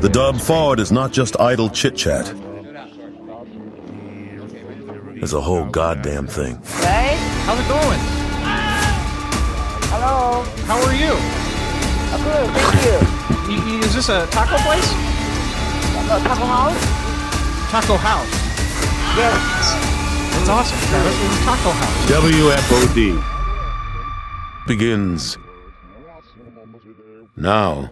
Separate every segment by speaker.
Speaker 1: The dub forward is not just idle chit chat. There's a whole goddamn thing.
Speaker 2: Hey,
Speaker 3: How's it going?
Speaker 2: hello.
Speaker 3: How are you?
Speaker 2: Oh, good, thank you.
Speaker 3: Y- y- Is this a taco place?
Speaker 2: Uh, couple house?
Speaker 3: Taco House.
Speaker 2: Yes.
Speaker 3: That's awesome. Travis. This is Taco House.
Speaker 1: WFOD begins now.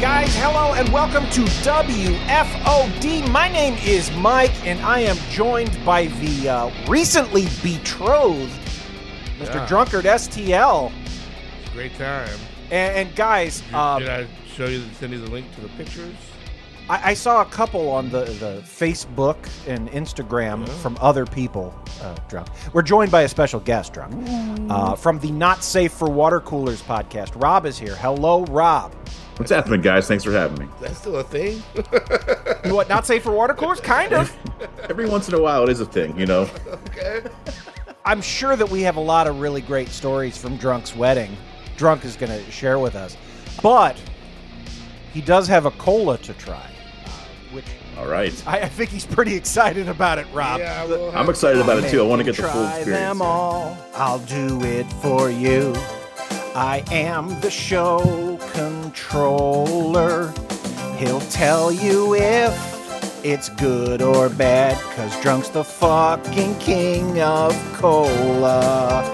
Speaker 3: Guys, hello and welcome to WFOD. Oh, My name is Mike, and I am joined by the uh, recently betrothed Mr.
Speaker 4: Yeah.
Speaker 3: Drunkard STL.
Speaker 4: Great time.
Speaker 3: And, and guys,
Speaker 4: Did,
Speaker 3: um,
Speaker 4: did I show you, send you the link to the pictures?
Speaker 3: I, I saw a couple on the, the Facebook and Instagram from other people uh, drunk. We're joined by a special guest drunk uh, from the Not Safe for Water Coolers podcast. Rob is here. Hello, Rob.
Speaker 5: What's happening, guys? Thanks for having me.
Speaker 4: That's still a thing.
Speaker 3: You what? Not safe for water coolers? Kind of.
Speaker 5: Every once in a while, it is a thing, you know.
Speaker 4: okay.
Speaker 3: I'm sure that we have a lot of really great stories from Drunk's wedding. Drunk is going to share with us, but he does have a cola to try, uh, which
Speaker 5: All right,
Speaker 3: I, I think he's pretty excited about it, Rob.
Speaker 4: Yeah,
Speaker 3: The-
Speaker 4: well,
Speaker 5: I'm excited about it too. I want to
Speaker 3: Make
Speaker 5: get the
Speaker 3: you
Speaker 5: full
Speaker 3: try
Speaker 5: experience.
Speaker 3: them all. I'll do it for you. I am the show controller. He'll tell you if it's good or bad, cause drunk's the fucking king of cola.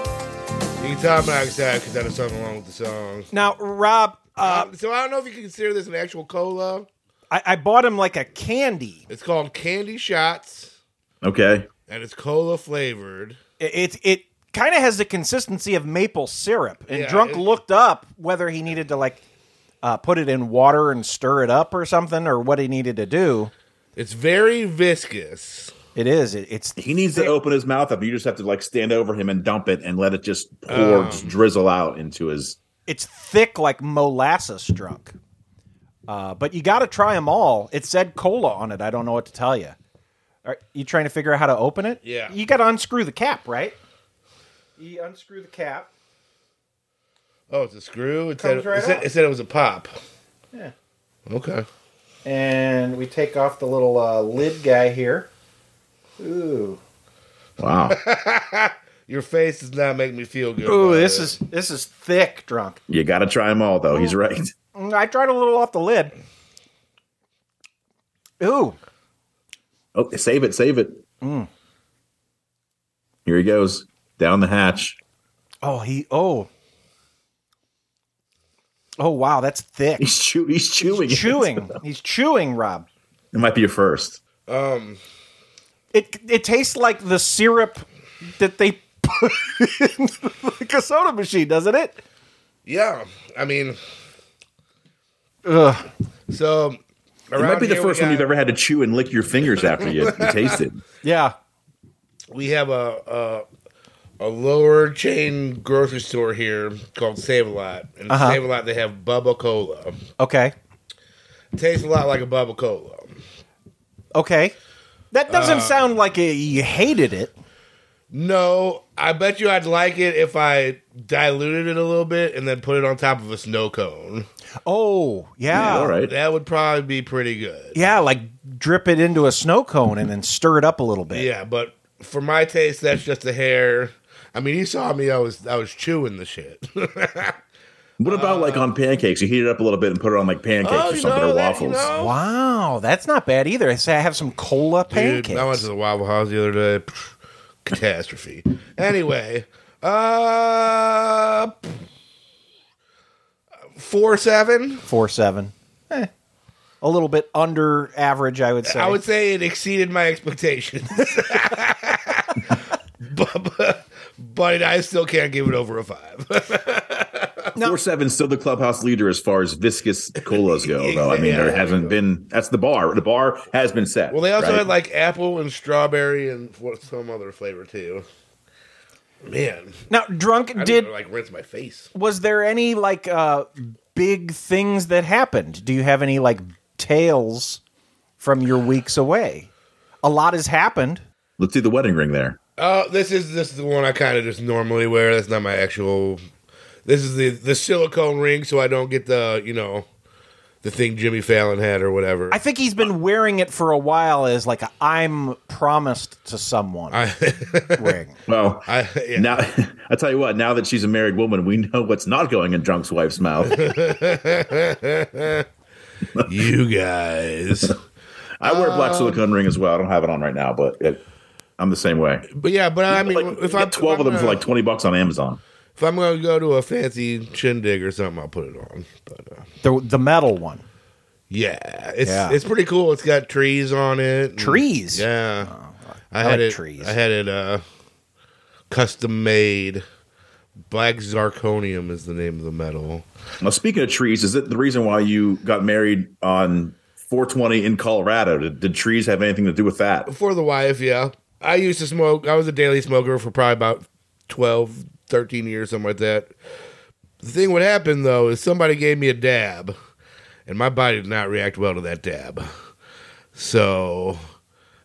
Speaker 4: you can tell I'm not excited because I did something wrong with the song.
Speaker 3: Now, Rob, uh,
Speaker 4: Um, so I don't know if you can consider this an actual cola.
Speaker 3: I, I bought him like a candy.
Speaker 4: It's called Candy Shots,
Speaker 5: Okay,
Speaker 4: and it's cola flavored.
Speaker 3: It it, it kind of has the consistency of maple syrup. And
Speaker 4: Yeah,
Speaker 3: drunk
Speaker 4: it-
Speaker 3: looked up whether he needed to like uh, put it in water and stir it up or something, or what he needed to do.
Speaker 4: It's very viscous.
Speaker 3: It is. It, it's
Speaker 5: he needs to open his mouth up. You just have to like stand over him and dump it and let it just pour, just drizzle out into his.
Speaker 3: it's thick like molasses drunk. Uh, but you got to try them all. It said cola on it. I don't know what to tell you. Are you trying to figure out how to open it?
Speaker 4: Yeah.
Speaker 3: You got to unscrew the cap, right? You unscrew the cap.
Speaker 4: Oh, it's a screw. It said
Speaker 3: Comes right
Speaker 4: it, said,
Speaker 3: out.
Speaker 4: it said it was a pop.
Speaker 3: Yeah.
Speaker 4: Okay.
Speaker 3: And we take off the little uh, lid guy here. Ooh.
Speaker 5: Wow.
Speaker 4: Your face does not make me feel good.
Speaker 3: Ooh,
Speaker 4: about
Speaker 3: this
Speaker 4: it.
Speaker 3: is this is thick drunk.
Speaker 5: you got to try them all, though. He's right.
Speaker 3: Mm, I tried a little off the lid. Ooh.
Speaker 5: Oh, save it, save it. Here he goes down the hatch.
Speaker 3: Oh, he oh. Oh wow, that's thick.
Speaker 5: He's, chew- he's chewing. it.
Speaker 3: chewing. He's chewing, Rob.
Speaker 5: It might be a first.
Speaker 4: um.
Speaker 3: It it tastes like the syrup that they put in like a soda machine, doesn't it?
Speaker 4: Yeah, I mean,
Speaker 3: Ugh.
Speaker 4: so
Speaker 5: It might be the first one you've ever had to chew and lick your fingers after you, you taste it.
Speaker 3: Yeah.
Speaker 4: we have a, a a lower chain grocery store here called Save a Lot, and at
Speaker 3: Uh-huh.
Speaker 4: Save a Lot they have Bubba Cola.
Speaker 3: Okay.
Speaker 4: tastes a lot like a Bubba Cola.
Speaker 3: Okay. That doesn't
Speaker 5: Uh,
Speaker 3: sound like a, you hated it.
Speaker 4: No, I bet you I'd like it if I diluted it a little bit and then put it on top of a snow cone.
Speaker 3: Oh, yeah.
Speaker 5: Yeah, all right.
Speaker 4: That would probably be pretty good.
Speaker 3: Yeah, like drip it into a snow cone and then stir it up a little bit.
Speaker 4: Yeah, but for my taste, that's just a hair. I mean, you saw me. I was I was chewing the shit.
Speaker 5: What about like on pancakes? You heat it up a little bit and put it on like pancakes
Speaker 4: Oh,
Speaker 5: or
Speaker 4: you
Speaker 5: something
Speaker 4: know
Speaker 5: or
Speaker 4: that, you
Speaker 5: waffles.
Speaker 4: know?
Speaker 3: Wow, that's not bad either. I say I have some cola pancakes.
Speaker 4: Dude, I went to the Waffle House the other day. Catastrophe. Anyway, uh, four seven.
Speaker 3: Four seven. Eh, a little bit under average, I would say.
Speaker 4: I would say it exceeded my expectations. but, but, but I still can't give it over a five.
Speaker 5: Four seven's still the clubhouse leader as far as viscous colas go, though. I mean,
Speaker 4: Yeah.
Speaker 5: there hasn't been. That's the bar. The bar has been set.
Speaker 4: well, they also
Speaker 5: right?
Speaker 4: had like apple and strawberry and what, some other flavor too. Man,
Speaker 3: now, drunk
Speaker 4: I
Speaker 3: did.
Speaker 4: did like rinse my face.
Speaker 3: was there any like uh big things that happened do you have any like tales from your weeks away a lot has happened
Speaker 5: let's see the wedding ring there.
Speaker 4: Oh, this is this is the one I kind of just normally wear. That's not my actual. This is the the silicone ring, so I don't get the you know, the thing Jimmy Fallon had or whatever.
Speaker 3: i think he's been wearing it for a while as like a i'm promised to someone ring
Speaker 5: Well,
Speaker 4: I, yeah.
Speaker 5: now I tell you what. Now that she's a married woman, we know what's not going in drunk's wife's mouth.
Speaker 4: you guys.
Speaker 5: I wear a
Speaker 4: Oh.
Speaker 5: black silicone ring as well. I don't have it on right now, but it, I'm the same way.
Speaker 4: But yeah, but I mean,
Speaker 5: Like,
Speaker 4: if
Speaker 5: you
Speaker 4: I
Speaker 5: get
Speaker 4: if
Speaker 5: twelve of them
Speaker 4: I'm
Speaker 5: for
Speaker 4: gonna-
Speaker 5: like twenty bucks on Amazon.
Speaker 4: if I'm gonna go to a fancy shindig or something, I'll put it on. But uh,
Speaker 3: the, the metal one
Speaker 4: yeah, it's
Speaker 3: Yeah.
Speaker 4: it's pretty cool. It's got trees on it. and-
Speaker 3: Trees? Oh,
Speaker 4: Yeah, I,
Speaker 3: I
Speaker 4: had
Speaker 3: like
Speaker 4: it.
Speaker 3: trees.
Speaker 4: I had it uh, custom made. Black zirconium is the name of the metal.
Speaker 5: Now, speaking of trees, is it the reason why you got married on 420 in Colorado? Did, did trees have anything to do with that?
Speaker 4: for the wife, yeah. I used to smoke. I was a daily smoker for probably about 12, 13 years, something like that. The thing would happen, though, is somebody gave me a dab, and my body did not react well to that dab. So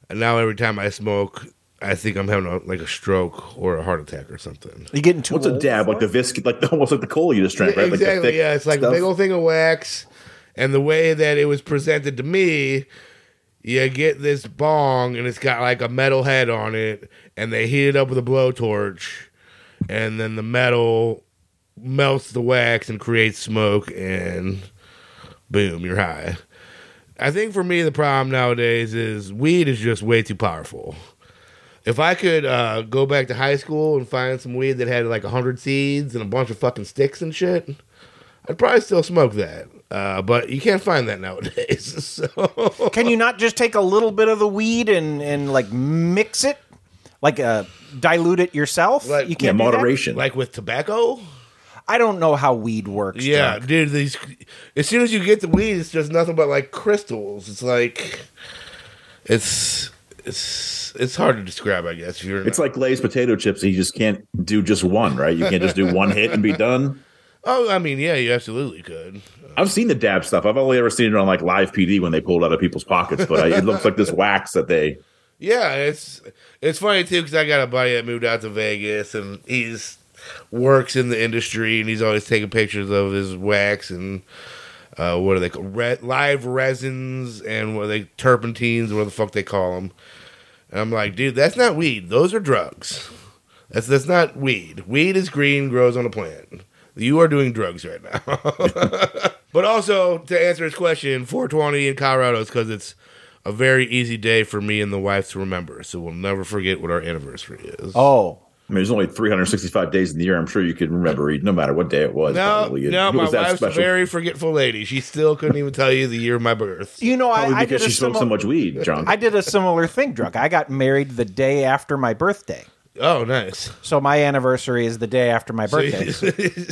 Speaker 4: and now every time I smoke, I think I'm having a, like a stroke or a heart attack or something.
Speaker 3: you getting too
Speaker 5: What's a
Speaker 3: old
Speaker 5: dab?
Speaker 3: for
Speaker 5: Like the
Speaker 3: it?
Speaker 5: visc, like the, almost like the cola you just drank, right?
Speaker 4: Exactly.
Speaker 5: Like the thick
Speaker 4: yeah, it's like a
Speaker 5: stuff.
Speaker 4: big old thing of wax, and the way that it was presented to me, you get this bong, and it's got like a metal head on it, and they heat it up with a blowtorch, and then the metal melts the wax and creates smoke, and boom, you're high. I think for me the problem nowadays is weed is just way too powerful. If I could uh, go back to high school and find some weed that had like hundred seeds and a bunch of fucking sticks and shit, I'd probably still smoke that. Uh, but you can't find that nowadays. So
Speaker 3: can you not just take a little bit of the weed and and like mix it like uh dilute it yourself
Speaker 4: Like-
Speaker 3: you
Speaker 5: Yeah,
Speaker 3: can't do that?
Speaker 5: moderation.
Speaker 4: like with tobacco,
Speaker 3: i don't know how weed works
Speaker 4: yeah,
Speaker 3: Drunk.
Speaker 4: dude. These as soon as you get the weed, it's just nothing but like crystals. It's like it's it's it's hard to describe, I guess. If you're
Speaker 5: it's like Lay's potato chips. You just can't do just one, right? You can't just do one hit and be done.
Speaker 4: oh, I mean, yeah, you absolutely could.
Speaker 5: I've seen the dab stuff. I've only ever seen it on like live PD when they pull it out of people's pockets, but I, it looks like this wax that they.
Speaker 4: Yeah, it's it's funny too because I got a buddy that moved out to Vegas and he's works in the industry and he's always taking pictures of his wax and uh, what are they called Re- live resins and what are they turpentines what the fuck they call them. And I'm like, dude, that's not weed. Those are drugs. That's that's not weed. Weed is green, grows on a plant. You are doing drugs right now. but also to answer his question, 420 in Colorado is because it's a very easy day for me and the wife to remember. So we'll never forget what our anniversary is.
Speaker 3: oh
Speaker 5: I mean, there's only 365 days in the year. I'm sure you could remember it, no matter what day it was.
Speaker 4: no,
Speaker 5: probably. It-
Speaker 4: no,
Speaker 5: it
Speaker 4: my
Speaker 5: was that
Speaker 4: wife's a
Speaker 5: special.
Speaker 4: very forgetful lady. She still couldn't even tell you the year of my birth.
Speaker 3: you know
Speaker 5: Probably
Speaker 3: I, I did
Speaker 5: because
Speaker 3: a
Speaker 5: she smoked
Speaker 3: simi-
Speaker 5: so much weed, John.
Speaker 3: I did a similar thing, drunk. I got married the day after my birthday.
Speaker 4: Oh, nice.
Speaker 3: So my anniversary is the day after my birthday.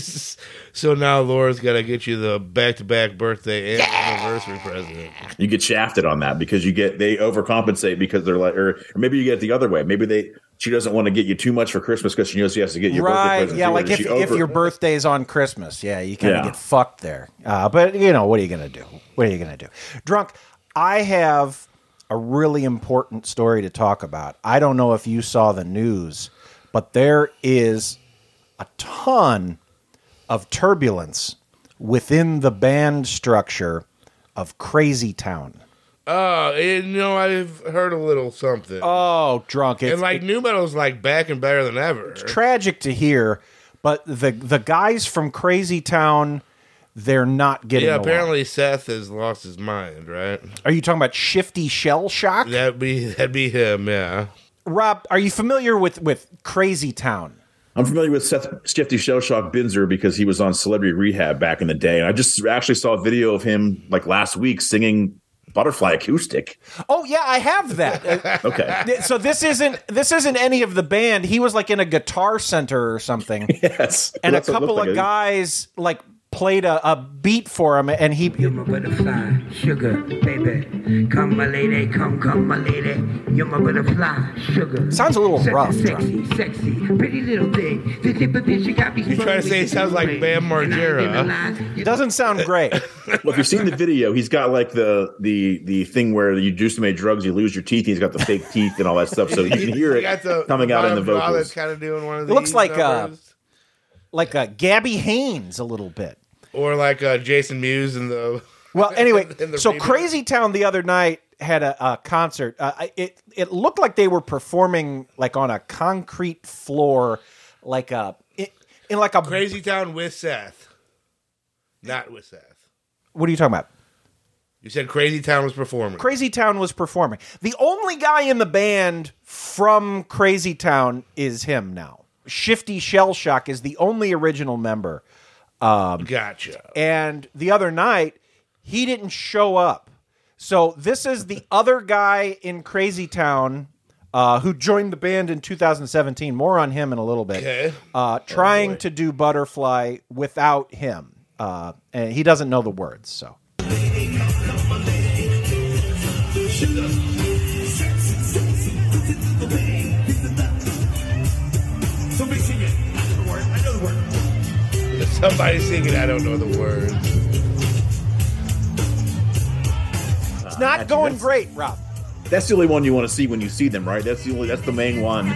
Speaker 4: so now Laura's got to get you the back-to-back birthday and anniversary present.
Speaker 5: you get shafted on that because you get they overcompensate because they're like, or, or maybe you get it the other way. Maybe they she doesn't want to get you too much for Christmas because she knows she has to get you
Speaker 3: right.
Speaker 5: Birthday presents
Speaker 3: Yeah,
Speaker 5: too,
Speaker 3: like
Speaker 5: and
Speaker 3: if,
Speaker 5: she
Speaker 3: if
Speaker 5: over-
Speaker 3: your birthday's on Christmas. Yeah, you kind of
Speaker 5: Yeah.
Speaker 3: get fucked there. Uh, but, you know, what are you going to do? What are you going to do? Drunk, I have a really important story to talk about. I don't know if you saw the news, but there is a ton of turbulence within the band structure of Crazy Town.
Speaker 4: Oh, you know, I've heard a little something.
Speaker 3: Oh, drunk. It's,
Speaker 4: and like new metal's like back and better than ever.
Speaker 3: tragic to hear, but the the guys from Crazy Town, they're not getting.
Speaker 4: Yeah,
Speaker 3: along.
Speaker 4: apparently Seth has lost his mind, right?
Speaker 3: Are you talking about Shifty Shell Shock?
Speaker 4: That'd be that'd be him, yeah.
Speaker 3: Rob, are you familiar with with Crazy Town?
Speaker 5: I'm familiar with Seth Shifty Shellshock Binzer because he was on Celebrity Rehab back in the day. And I just actually saw a video of him like last week singing Butterfly Acoustic.
Speaker 3: Oh yeah, I have that. Uh,
Speaker 5: Okay.
Speaker 3: th- so this isn't this isn't any of the band. He was like in a guitar center or something,
Speaker 5: yes.
Speaker 3: and a
Speaker 5: That's what it
Speaker 3: couple
Speaker 5: looked
Speaker 3: of
Speaker 5: like.
Speaker 3: guys like played a, a beat for him, and he
Speaker 6: You're my butterfly, sugar, baby. Come, my lady, come, come, my lady. You're my butterfly, sugar.
Speaker 3: Sounds a little
Speaker 6: Such
Speaker 3: rough,
Speaker 6: Sexy, sexy, pretty little thing. The tip of this, you got me.
Speaker 4: You trying to say he sounds like Bam Margera.
Speaker 3: doesn't sound great.
Speaker 5: Well, if you've seen the video, he's got like the the the thing where you do so many drugs, you lose your teeth. He's got the fake teeth and all that stuff, so you can hear
Speaker 4: You
Speaker 5: it coming out in the
Speaker 4: Bob Dylan's
Speaker 5: vocals.
Speaker 4: kind of doing one of
Speaker 3: It looks
Speaker 4: these
Speaker 3: like, uh,
Speaker 4: numbers.
Speaker 3: like a Gabby Haynes a little bit.
Speaker 4: or like uh, Jason Mewes in the.
Speaker 3: Well, anyway,
Speaker 4: in the
Speaker 3: so
Speaker 4: remix.
Speaker 3: Crazy Town the other night had a, a concert. Uh, I- it it looked like they were performing like on a concrete floor, like a in, in like a
Speaker 4: Crazy Town with Seth, not with Seth.
Speaker 3: what are you talking about?
Speaker 4: You said Crazy Town was performing.
Speaker 3: Crazy Town was performing. The only guy in the band from Crazy Town is him now. Shifty Shell Shock is the only original member.
Speaker 4: gotcha.
Speaker 3: And the other night, he didn't show up. So this is the other guy in Crazy Town uh, who joined the band in 2017. More on him in a little bit.
Speaker 4: Okay. Oh,
Speaker 3: Uh, trying to do Butterfly without him. Uh, and he doesn't know the words. So
Speaker 7: Somebody sing it. I know the word. I know the word.
Speaker 4: Somebody singing. I don't know the words.
Speaker 3: it's not going great, Rob.
Speaker 5: That's the only one you want to see when you see them, right? That's the only that's the main one.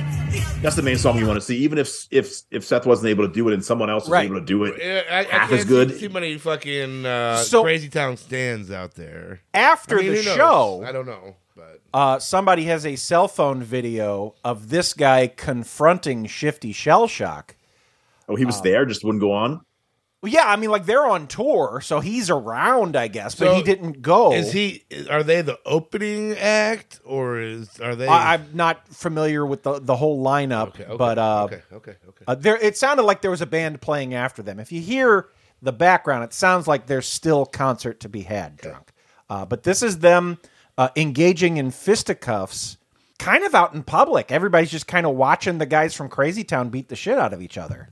Speaker 5: That's the main song you want to see. Even if if if Seth wasn't able to do it and someone else was
Speaker 3: Right.
Speaker 5: able to do it,
Speaker 4: Yeah, I, I
Speaker 5: Half
Speaker 4: can't
Speaker 5: is good.
Speaker 4: See too many fucking uh,
Speaker 3: So-
Speaker 4: Crazy Town stands out there. I
Speaker 3: After
Speaker 4: mean,
Speaker 3: the
Speaker 4: who knows?
Speaker 3: show,
Speaker 4: I don't know, but
Speaker 3: uh, somebody has a cell phone video of this guy confronting Shifty Shell Shock.
Speaker 5: oh, he was there, just wouldn't go on.
Speaker 3: Well, yeah, I mean, like they're on tour, so he's around, I guess, but
Speaker 4: So,
Speaker 3: he didn't go.
Speaker 4: is he? Are they the opening act, or is are they?
Speaker 3: I, I'm not familiar with the, the whole lineup,
Speaker 4: Okay, okay,
Speaker 3: but uh,
Speaker 4: okay, okay, okay.
Speaker 3: uh, there it sounded like there was a band playing after them. If you hear the background, it sounds like there's still concert to be had. Drunk, uh, but this is them uh, engaging in fisticuffs, kind of out in public. Everybody's just kind of watching the guys from Crazy Town beat the shit out of each other.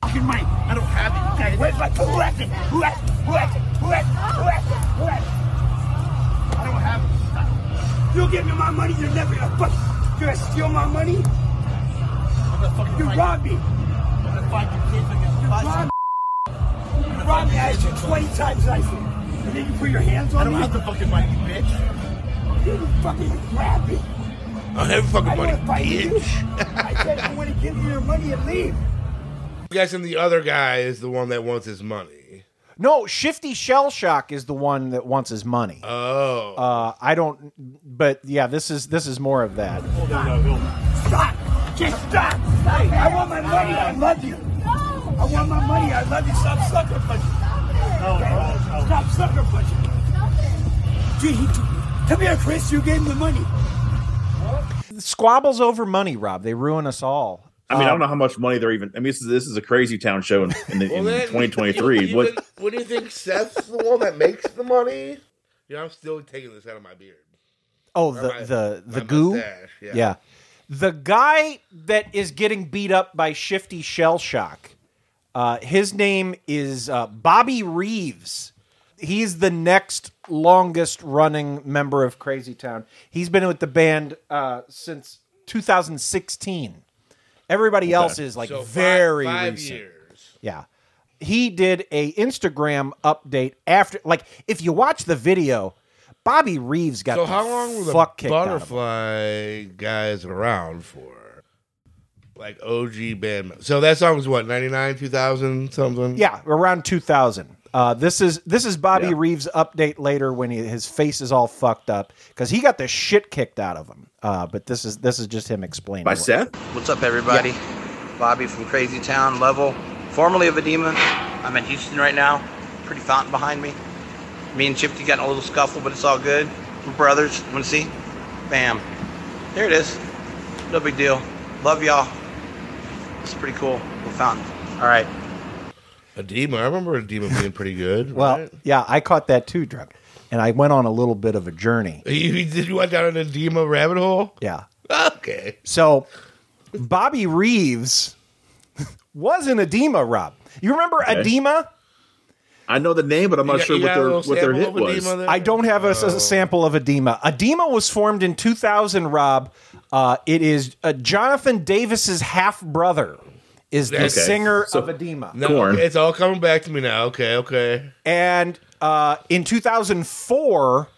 Speaker 7: Fucking mic. I don't have it. Okay, where's my who has it? Who has it? Who has it? Who has it? Who has it? Who has it? I don't have it. You give me my money, you're never gonna fuck. You're gonna steal my money? You robbed me. You robbed me. You robbed me. I asked you 20 times I said. And then you put your hands on me. I don't have the fucking money, bitch. You fucking grab me.
Speaker 4: I have fucking
Speaker 7: I
Speaker 4: money,
Speaker 7: wanna fight you.
Speaker 4: bitch.
Speaker 7: I said I want to give you your money and leave.
Speaker 4: I'm guessing the other guy is the one that wants his money.
Speaker 3: No, Shifty Shell Shock is the one that wants his money.
Speaker 4: Oh,
Speaker 3: Uh, I don't, but yeah, this is this is more of that.
Speaker 7: Stop! Just stop! Hey, I want my money. I love you. I want my money. I love you. Stop sucker punching. No, Stop sucker punching. Gee, he took Come here, Chris. You gave him the money.
Speaker 3: Squabbles over money, Rob. They ruin us all.
Speaker 5: I mean, I don't know how much money they're even. I mean, this is this is a crazy town show in, in, the, in
Speaker 4: then-
Speaker 5: 2023.
Speaker 4: you-
Speaker 5: what
Speaker 4: you- what do you think? Seth's the one that makes the money. You know, I'm still taking this out of my beard.
Speaker 3: Oh, the
Speaker 4: my-
Speaker 3: the the
Speaker 4: my
Speaker 3: goo.
Speaker 4: mustache, yeah.
Speaker 3: the guy that is getting beat up by Shifty Shell Shock. Uh, his name is uh, Bobby Reeves. He's the next longest running member of Crazy Town. He's been with the band uh, since 2016. Everybody else is like
Speaker 4: So fi-
Speaker 3: very
Speaker 4: five
Speaker 3: recent.
Speaker 4: years.
Speaker 3: Yeah. He did a Instagram update after like if you watch the video, Bobby Reeves got
Speaker 4: So
Speaker 3: the
Speaker 4: how long were the
Speaker 3: fuck kicked out of him.
Speaker 4: butterfly guys around for? Like OG band. So that song was what 99, 2000, something.
Speaker 3: Yeah, around 2000. Uh, this is this is Bobby
Speaker 5: Yeah.
Speaker 3: Reeves' update later when he, his face is all fucked up because he got the shit kicked out of him. Uh, but this is this is just him explaining.
Speaker 5: by
Speaker 3: what-
Speaker 5: Seth?
Speaker 8: What's up, everybody? Bobby from Crazy Town, Level, formerly of Edema. I'm in Houston right now. Pretty fountain behind me. Me and Chifty got in a little scuffle, but it's all good. We're brothers. Want to see? Bam. There it is. No big deal. Love y'all. It's pretty cool. The fountain. All right.
Speaker 4: Edema. I remember Edema being pretty good.
Speaker 3: Well,
Speaker 4: right?
Speaker 3: yeah, I caught that too, drunk, and I went on a little bit of a journey.
Speaker 4: you, did you went down an Edema rabbit hole?
Speaker 3: Yeah.
Speaker 4: Okay.
Speaker 3: So, Bobby Reeves was an edema, Rob. You remember edema?
Speaker 5: I know the name, but I'm not
Speaker 4: You got-
Speaker 5: sure
Speaker 4: you
Speaker 5: what
Speaker 4: got a
Speaker 5: their
Speaker 4: little
Speaker 5: what their hit
Speaker 4: sample of
Speaker 5: was.
Speaker 4: edema there?
Speaker 3: I don't have a, s- a sample of edema. Edema was formed in 2000, Rob. Uh, it is uh, Jonathan Davis's half brother is the
Speaker 4: Okay.
Speaker 3: singer
Speaker 5: So-
Speaker 3: of edema.
Speaker 4: No,
Speaker 5: Corn.
Speaker 4: It's all coming back to me now. Okay, okay.
Speaker 3: And uh, in 2004,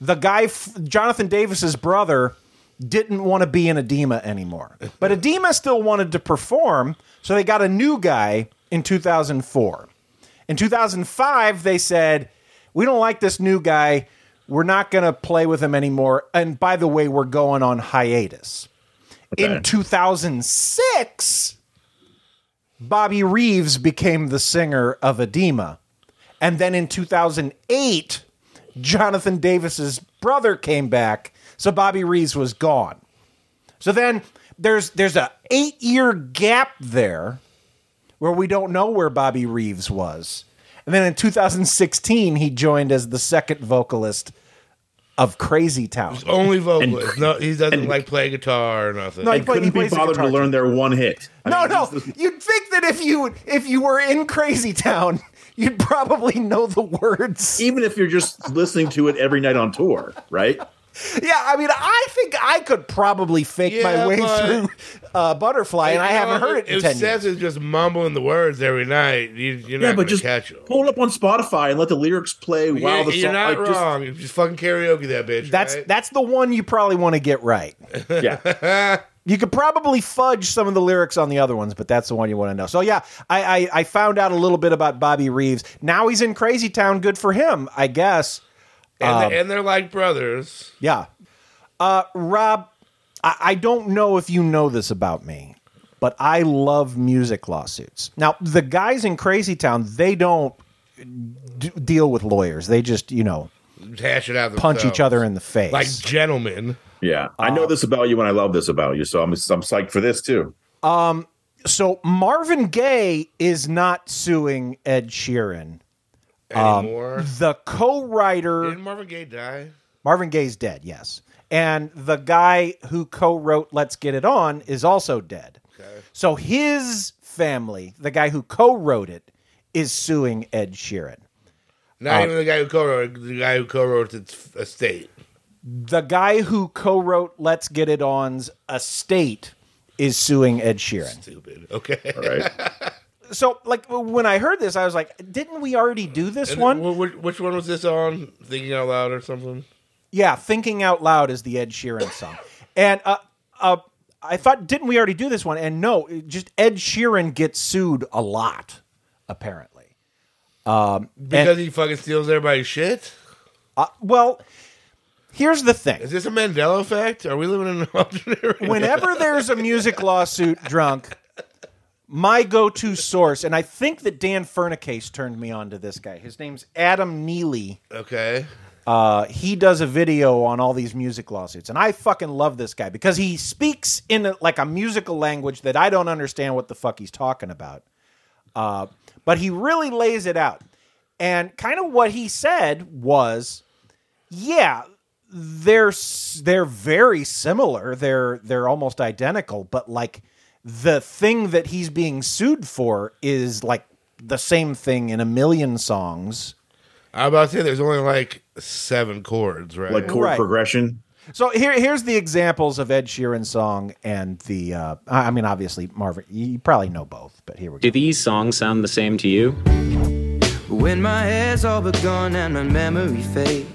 Speaker 3: the guy, f- Jonathan Davis's brother, didn't want to be in Edema anymore. But Edema still wanted to perform, so they got a new guy in 2004. In 2005, they said, We don't like this new guy. We're not going to play with him anymore. And by the way, we're going on hiatus. In
Speaker 5: Okay.
Speaker 3: 2006, Bobby Reeves became the singer of Edema. And then in 2008, Jonathan Davis's brother came back, so Bobby Reeves was gone. So then there's there's a 8-year gap there where we don't know where Bobby Reeves was. And then in 2016 he joined as the second vocalist of Crazy Town.
Speaker 4: Only vocalist. no, he doesn't like play guitar or nothing.
Speaker 3: No,
Speaker 5: And
Speaker 3: But he
Speaker 5: couldn't be
Speaker 3: plays the
Speaker 5: bothered to
Speaker 3: guitar.
Speaker 5: learn their one hit. I
Speaker 3: No,
Speaker 5: mean,
Speaker 3: no.
Speaker 5: this is-
Speaker 3: You'd think that if you if you were in Crazy Town, you'd probably know the words.
Speaker 5: Even if you're just listening to it every night on tour, right?
Speaker 3: Yeah, I mean, I think I could probably fake my
Speaker 4: Yeah,
Speaker 3: way
Speaker 4: but-
Speaker 3: through uh, Butterfly, and I
Speaker 4: You know,
Speaker 3: haven't heard it in
Speaker 4: If
Speaker 3: ten
Speaker 4: Seth
Speaker 3: years.
Speaker 4: is just mumbling the words every night, you, you're
Speaker 5: Yeah,
Speaker 4: not
Speaker 5: but
Speaker 4: going to
Speaker 5: just
Speaker 4: catch them.
Speaker 5: pull it up on Spotify and let the lyrics play while the song.
Speaker 4: you're not
Speaker 5: like, just-
Speaker 4: wrong. Just, fucking karaoke that bitch.
Speaker 3: That's
Speaker 4: right?
Speaker 3: that's the one you probably want to get right.
Speaker 5: yeah.
Speaker 3: You could probably fudge some of the lyrics on the other ones, but that's the one you want to know. So yeah, I, I I found out a little bit about Bobby Reeves. Now he's in Crazy Town. Good for him, I guess.
Speaker 4: and,
Speaker 3: um,
Speaker 4: they- and they're like brothers.
Speaker 3: Yeah. Uh, Rob, I, I don't know if you know this about me, but I love music lawsuits. Now, the guys in Crazy Town, they don't d- deal with lawyers. They just, you know,
Speaker 4: Hash it out.
Speaker 3: punch each
Speaker 4: themselves.
Speaker 3: other in the face.
Speaker 4: like gentlemen.
Speaker 5: Yeah. I
Speaker 4: Uh,
Speaker 5: know this about you and I love this about you. So I'm, I'm psyched for this too.
Speaker 3: so Marvin Gaye is not suing Ed Sheeran. Um,
Speaker 4: Anymore.
Speaker 3: The co-writer
Speaker 4: Did Marvin Gaye die?
Speaker 3: Marvin Gaye's dead, yes. And the guy who co wrote Let's Get It On is also dead. So his family, the guy who co wrote it, is suing Ed Sheeran. Uh,
Speaker 4: Not even the guy who co-wrote. it, The guy who co-wrote its estate.
Speaker 3: The guy who co wrote Let's Get It On's estate is suing Ed Sheeran.
Speaker 4: Stupid. Okay.
Speaker 5: All right.
Speaker 3: So, like, when I heard this, I was like, didn't we already do this
Speaker 4: And
Speaker 3: one?
Speaker 4: wh- wh- Which one was this on? Thinking out loud or something?
Speaker 3: Yeah, Thinking Out Loud is the Ed Sheeran song. And uh, uh, I thought, didn't we already do this one? And no, it just Ed Sheeran gets sued a lot, apparently.
Speaker 4: Because he fucking steals everybody's shit.
Speaker 3: Uh, well, here's the
Speaker 4: Is
Speaker 3: thing.
Speaker 4: this a Mandela effect? Are we living in an alternate? reality?
Speaker 3: Whenever there's a music lawsuit drunk, my go-to source, and I think that Dan Fernacase turned me on to this guy. His name's Adam Neely.
Speaker 4: okay.
Speaker 3: Uh, he does a video on all these music lawsuits, and I fucking love this guy because he speaks in a, like a musical language that I don't understand what the fuck he's talking about. Uh, but he really lays it out, and kind of what he said was, yeah, they're s- they're very similar, they're they're almost identical, but like the thing that he's being sued for is like the same thing in a million songs.
Speaker 4: I'm about to say there's only like seven chords, right?
Speaker 5: Like chord
Speaker 3: Right.
Speaker 5: progression.
Speaker 3: So here, here's the examples of Ed Sheeran's song and the. Uh, I I mean, obviously, Marvin. You probably know both, but here we go.
Speaker 9: Do these songs sound the same to you?
Speaker 10: When my hair's all but gone and my memory fades.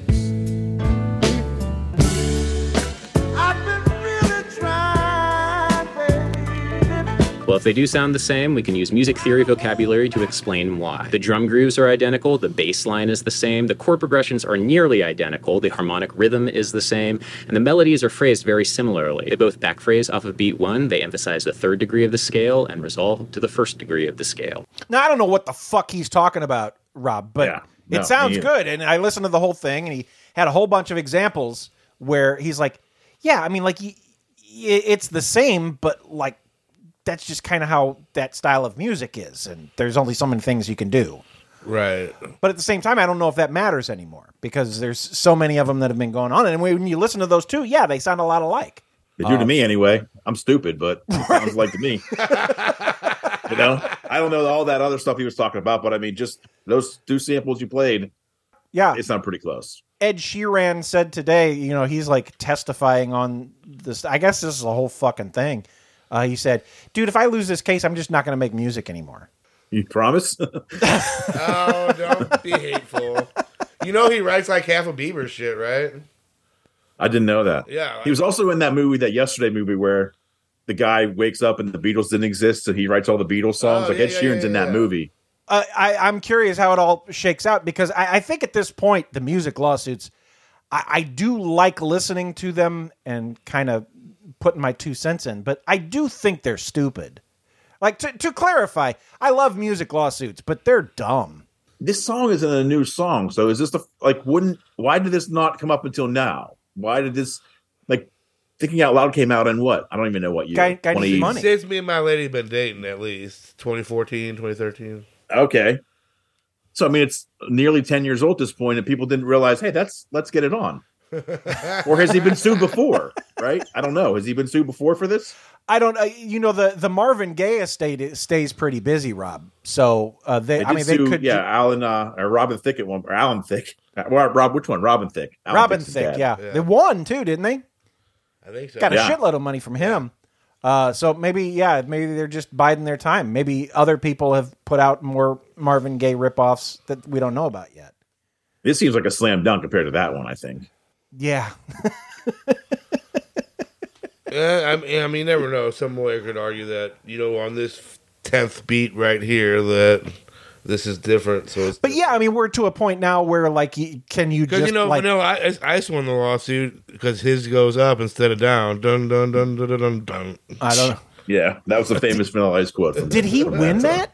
Speaker 10: I've been really trying, baby.
Speaker 9: Well, if they do sound the same, we can use music theory vocabulary to explain why. The drum grooves are identical, the bass line is the same, the chord progressions are nearly identical, the harmonic rhythm is the same, and the melodies are phrased very similarly. They both backphrase off of beat one, they emphasize the third degree of the scale and resolve to the first degree of the scale.
Speaker 3: Now I don't know what the fuck he's talking about, Rob, but
Speaker 5: Yeah, no,
Speaker 3: it sounds
Speaker 5: me either.
Speaker 3: good. And I listened to the whole thing, and he had a whole bunch of examples where he's like, "Yeah, I mean, like y- y- it's the same, but like that's just kind of how that style of music is, and there's only so many things you can do.
Speaker 4: Right.
Speaker 3: But at the same time, I don't know if that matters anymore because there's so many of them that have been going on. And when you listen to those two, yeah, they sound a lot alike.
Speaker 5: They do to me anyway. I'm stupid, but it sounds like to me. you know, I don't know all that other stuff he was talking about, but I mean, just those two samples you played,
Speaker 3: Yeah.
Speaker 5: it sounded pretty close.
Speaker 3: Ed Sheeran said today, you know, he's like testifying on this. I guess this is a whole fucking thing. Uh, he said, dude, if I lose this case, I'm just not going to make music anymore.
Speaker 5: You promise?
Speaker 4: Oh, don't be hateful. You know he writes like half of Bieber shit, right?
Speaker 5: I didn't know that.
Speaker 4: Yeah.
Speaker 5: he was also in that movie, that yesterday movie where the guy wakes up and the Beatles didn't exist, so he writes all the Beatles songs.
Speaker 4: Oh,
Speaker 5: like
Speaker 4: yeah,
Speaker 5: Ed
Speaker 4: yeah,
Speaker 5: Sheeran's
Speaker 4: yeah,
Speaker 5: in that
Speaker 4: yeah.
Speaker 5: movie.
Speaker 3: uh, I, I'm curious how it all shakes out because I, I think at this point the music lawsuits, I, I do like listening to them and kind of putting my two cents in, but I do think they're stupid. Like to, to clarify, I love music lawsuits, but they're dumb.
Speaker 5: This song isn't a new song, so is this the like? Wouldn't why did this not come up until now? Why did this like thinking out loud came out in what? I don't even know what year.
Speaker 3: Guy- guy needs
Speaker 5: 20
Speaker 3: money.
Speaker 4: Since me and my lady been dating at least 2014, 2013.
Speaker 5: Okay. So I mean, it's nearly ten years old at this point, and people didn't realize, hey, that's let's get it on. or has he been sued before? Right? I don't know. Has he been sued before for this?
Speaker 3: I don't, uh, you know, the, the Marvin Gaye estate is- stays pretty busy, Rob. So uh, they,
Speaker 5: They
Speaker 3: I
Speaker 5: did
Speaker 3: mean, they
Speaker 5: sue,
Speaker 3: could,
Speaker 5: yeah, Alan uh, or Robin Thicke at one or Alan Thicke. Uh, Well, Rob, which one? Robin Thicke. Alan
Speaker 3: Robin
Speaker 5: Thicke's
Speaker 3: Thicke,
Speaker 5: dad.
Speaker 3: yeah.
Speaker 4: Yeah.
Speaker 3: they won too, didn't they?
Speaker 4: I think so.
Speaker 3: got a
Speaker 5: Yeah.
Speaker 3: shitload of money from him. Uh, so maybe, yeah, maybe they're just biding their time. Maybe other people have put out more Marvin Gaye ripoffs that we don't know about yet.
Speaker 5: This seems like a slam dunk compared to that one. I think.
Speaker 3: Yeah,
Speaker 4: Yeah, I mean, I mean, you never know. Some lawyer could argue that you know on this tenth beat right here that this is different. So, it's
Speaker 3: but yeah, I mean, we're to a point now where like, y- can you
Speaker 4: because
Speaker 3: just
Speaker 4: you know,
Speaker 3: like,
Speaker 4: no, I Ice won the lawsuit because his goes up instead of down. Dun dun dun dun dun dun. dun.
Speaker 3: I don't know.
Speaker 5: Yeah, that was the famous Vanilla Ice quote. from
Speaker 3: Did he
Speaker 5: from
Speaker 3: win
Speaker 5: time.
Speaker 3: that?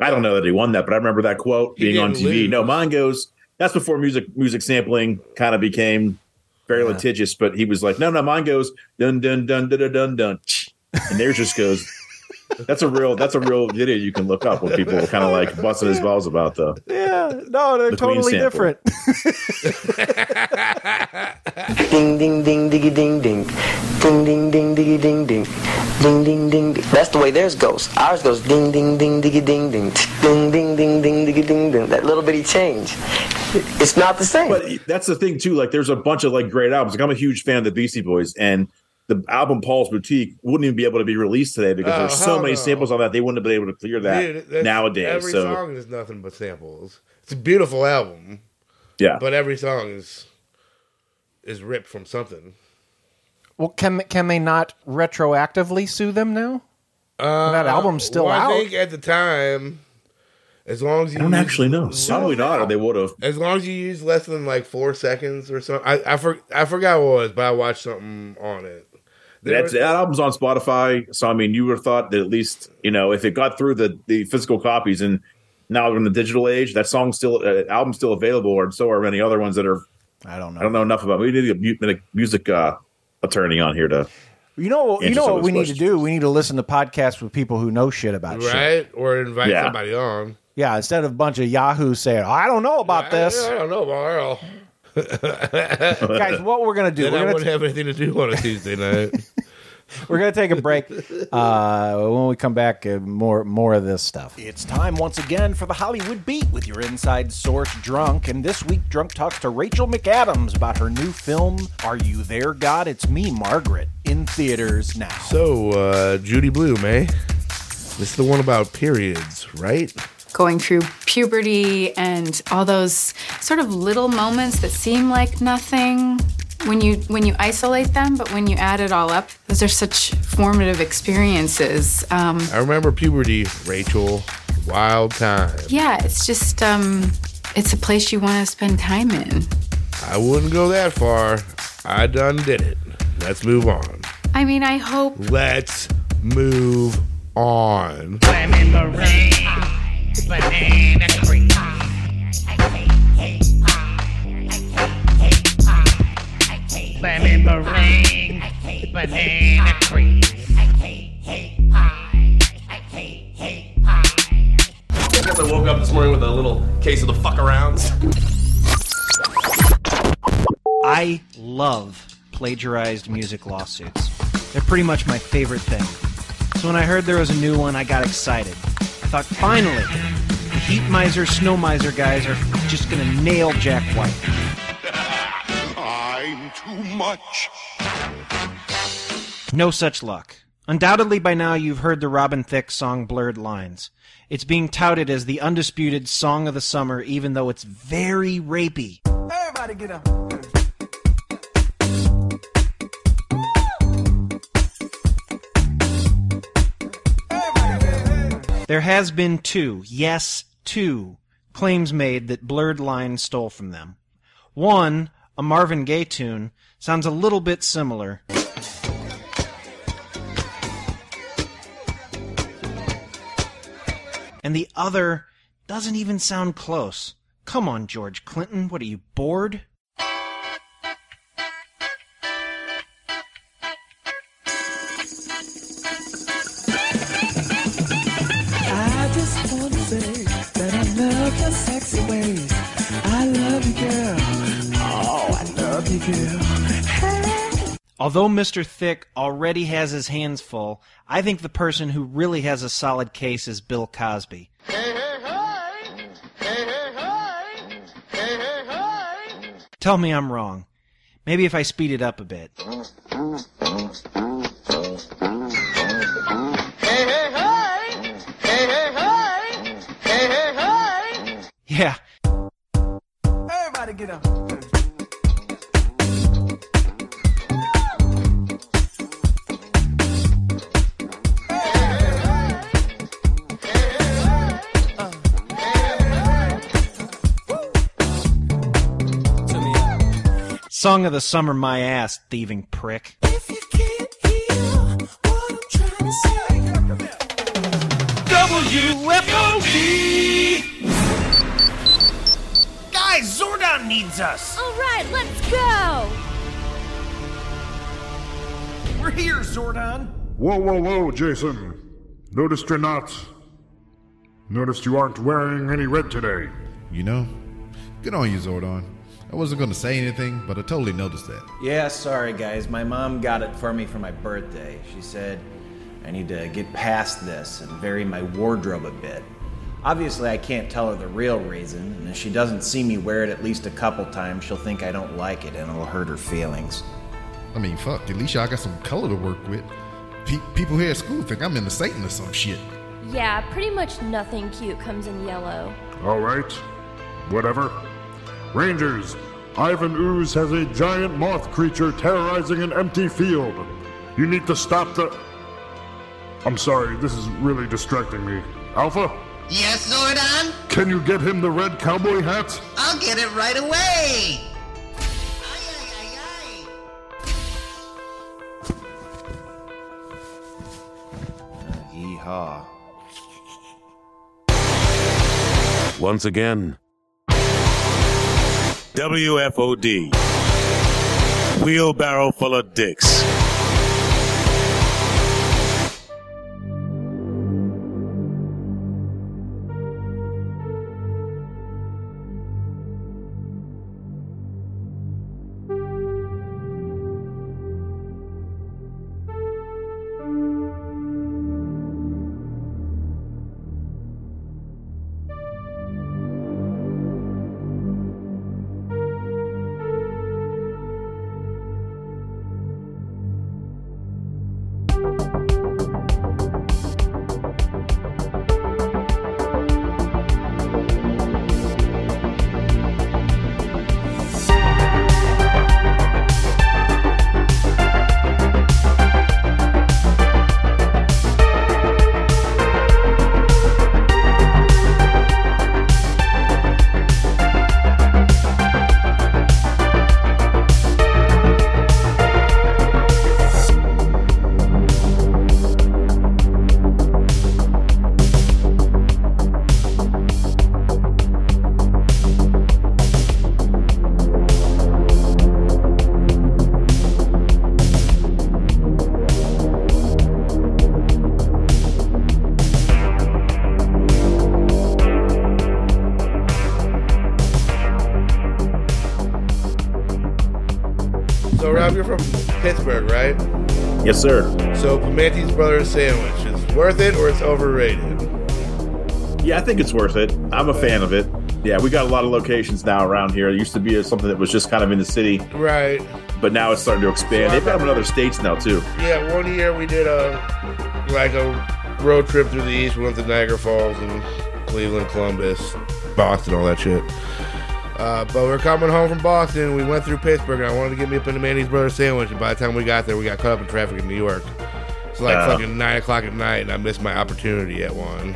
Speaker 5: I don't know that he won that, but I remember that quote
Speaker 4: He
Speaker 5: being on
Speaker 4: didn't
Speaker 5: TV.
Speaker 4: lose.
Speaker 5: No, mine goes. That's before music music sampling kind of became very litigious. But he was like, no, no, mine goes dun dun dun dun dun dun dun, tch. and theirs just goes. That's a real. That's a real video you can look up when people are kind of like busting his balls about the.
Speaker 3: Yeah, no, they're
Speaker 5: The Queen
Speaker 3: totally
Speaker 5: sample.
Speaker 3: different.
Speaker 11: Ding ding ding diggy ding ding. Ding ding ding diggy ding ding. Ding ding ding. di- That's the way theirs goes. Ours goes ding ding ding diggy ding ding. Tch, Ding ding ding ding diggy ding ding. That little bitty change. It's not the same.
Speaker 5: But that's the thing too. Like, there's a bunch of like great albums. Like, I'm a huge fan of the Beastie Boys, and the album Paul's Boutique wouldn't even be able to be released today because
Speaker 4: Oh,
Speaker 5: there's so
Speaker 4: hell
Speaker 5: many
Speaker 4: no.
Speaker 5: samples on that. They wouldn't have been able to clear that
Speaker 4: Dude, that's-
Speaker 5: nowadays.
Speaker 4: every
Speaker 5: So
Speaker 4: song is nothing but samples. It's a beautiful album,
Speaker 5: yeah,
Speaker 4: but every song is is ripped from something.
Speaker 3: Well, can can they not retroactively sue them now?
Speaker 4: Uh,
Speaker 3: That album's still
Speaker 4: well,
Speaker 3: out.
Speaker 4: I think at the time, as long as you
Speaker 5: I don't
Speaker 4: use-
Speaker 5: actually know. Probably not, or they would have.
Speaker 4: As long as you use less than like four seconds or something. I I, for, I forgot what it was, but I watched something on it. There
Speaker 5: That's,
Speaker 4: was-
Speaker 5: that album's on Spotify, so I mean, you would have thought that at least you know if it got through the the physical copies and now we're in the digital age, that song's still uh, album's still available, or so are many other ones that are.
Speaker 3: I don't know.
Speaker 5: I don't know enough about. We need a mu- a music uh, attorney on here to.
Speaker 3: You know, you
Speaker 5: Answer
Speaker 3: know
Speaker 5: some
Speaker 3: what
Speaker 5: of
Speaker 3: we
Speaker 5: these
Speaker 3: need to do? We need to listen to podcasts with people who know shit about shit.
Speaker 4: right or invite
Speaker 5: Yeah.
Speaker 4: somebody on.
Speaker 3: Yeah, instead of a bunch of yahoos saying, "I don't know about this."
Speaker 4: I, I don't know, Marl.
Speaker 3: Guys, what we're gonna do?
Speaker 4: Then
Speaker 3: we're
Speaker 4: I
Speaker 3: gonna
Speaker 4: wouldn't have anything to do on a Tuesday night.
Speaker 3: We're gonna take a break. Uh, when we come back, uh, more more of this stuff. It's time once again for the Hollywood Beat with your inside source, Drunk. And this week, Drunk talks to Rachel McAdams about her new film, "Are You There, God? It's Me, Margaret," in theaters now.
Speaker 4: so, uh, Judy Bloom, eh? This is the one about periods, right?
Speaker 12: going through puberty and all those sort of little moments that seem like nothing when you when you isolate them but when you add it all up those are such formative experiences um,
Speaker 4: I remember puberty, Rachel. Wild time.
Speaker 12: yeah it's just um, it's a place you want to spend time in
Speaker 4: I wouldn't go that far. I done did it. Let's move on.
Speaker 12: i mean i hope
Speaker 4: Let's move on.
Speaker 7: Lemon meringue, banana cream.
Speaker 13: this morning with a little case of the fuck arounds.
Speaker 3: I love plagiarized music lawsuits. They're pretty much my favorite thing. So when I heard there was a new one, I got excited. I thought, finally, the Heat Miser, Snow Miser guys are just gonna nail Jack White.
Speaker 7: I'm too much.
Speaker 3: No such luck. Undoubtedly by now you've heard the Robin Thicke song Blurred Lines. It's being touted as the undisputed song of the summer, even though it's very rapey.
Speaker 7: Everybody get up.
Speaker 3: There has been two, yes, two, claims made that Blurred Lines stole from them. One, a Marvin Gaye tune, sounds a little bit similar. And the other doesn't even sound close. Come on, George Clinton, what are you, bored?
Speaker 7: I just want to say that I love your sexy ways. I love you, girl. Oh, I love you, girl.
Speaker 3: Although Mr. Thick already has his hands full, I think the person who really has a solid case is Bill Cosby. Tell me I'm wrong. Maybe if I speed it up a bit. Yeah,
Speaker 7: Everybody get up.
Speaker 3: song of the summer, my ass, thieving prick.
Speaker 7: WFOD! Guys, Zordon needs us! Alright, let's go! We're here, Zordon!
Speaker 6: Whoa, whoa, whoa, Jason. Noticed you're not. Noticed you aren't wearing any red today.
Speaker 4: You know, good on you, Zordon. I wasn't going to say anything, but I totally noticed that.
Speaker 8: Yeah, sorry guys. My mom got it for me for my birthday. She said I need to get past this and vary my wardrobe a bit. Obviously, I can't tell her the real reason, and if she doesn't see me wear it at least a couple times, she'll think I don't like it and it'll hurt her feelings.
Speaker 4: I mean, fuck, at least I got some color to work with. Pe- people here at school think I'm into Satan or some shit.
Speaker 14: Yeah, pretty much nothing cute comes in yellow.
Speaker 6: All right. Whatever. Rangers, Ivan Ooze has a giant moth creature terrorizing an empty field. You need to stop the. I'm sorry, this is really distracting me. Alpha,
Speaker 15: Yes, Zordon?
Speaker 6: can you get him the red cowboy hat?
Speaker 15: I'll get it right away!
Speaker 8: Yeehaw.
Speaker 16: Once again,
Speaker 5: WFOD. Wheelbarrow full of dicks.
Speaker 4: So, Rob, you're from Pittsburgh, right?
Speaker 5: Yes, sir.
Speaker 4: So, Clementi's Brothers Sandwich is worth it or it's overrated?
Speaker 5: Yeah, I think it's worth it. I'm a fan of it. Yeah, we got a lot of locations now around here. It used to be something that was just kind of in the city,
Speaker 4: Right.
Speaker 5: but now it's starting to expand. They've got them in other states now too.
Speaker 4: Yeah, one year we did a like a road trip through the east. We went to Niagara Falls and Cleveland, Columbus, Boston, all that shit. Uh, but we we're coming home from Boston. We went through Pittsburgh, and I wanted to get me up into Manny's Brother sandwich. And by the time we got there, we got caught up in traffic in New York. It's like
Speaker 5: Uh.
Speaker 4: fucking nine o'clock at night, and I missed my opportunity at one.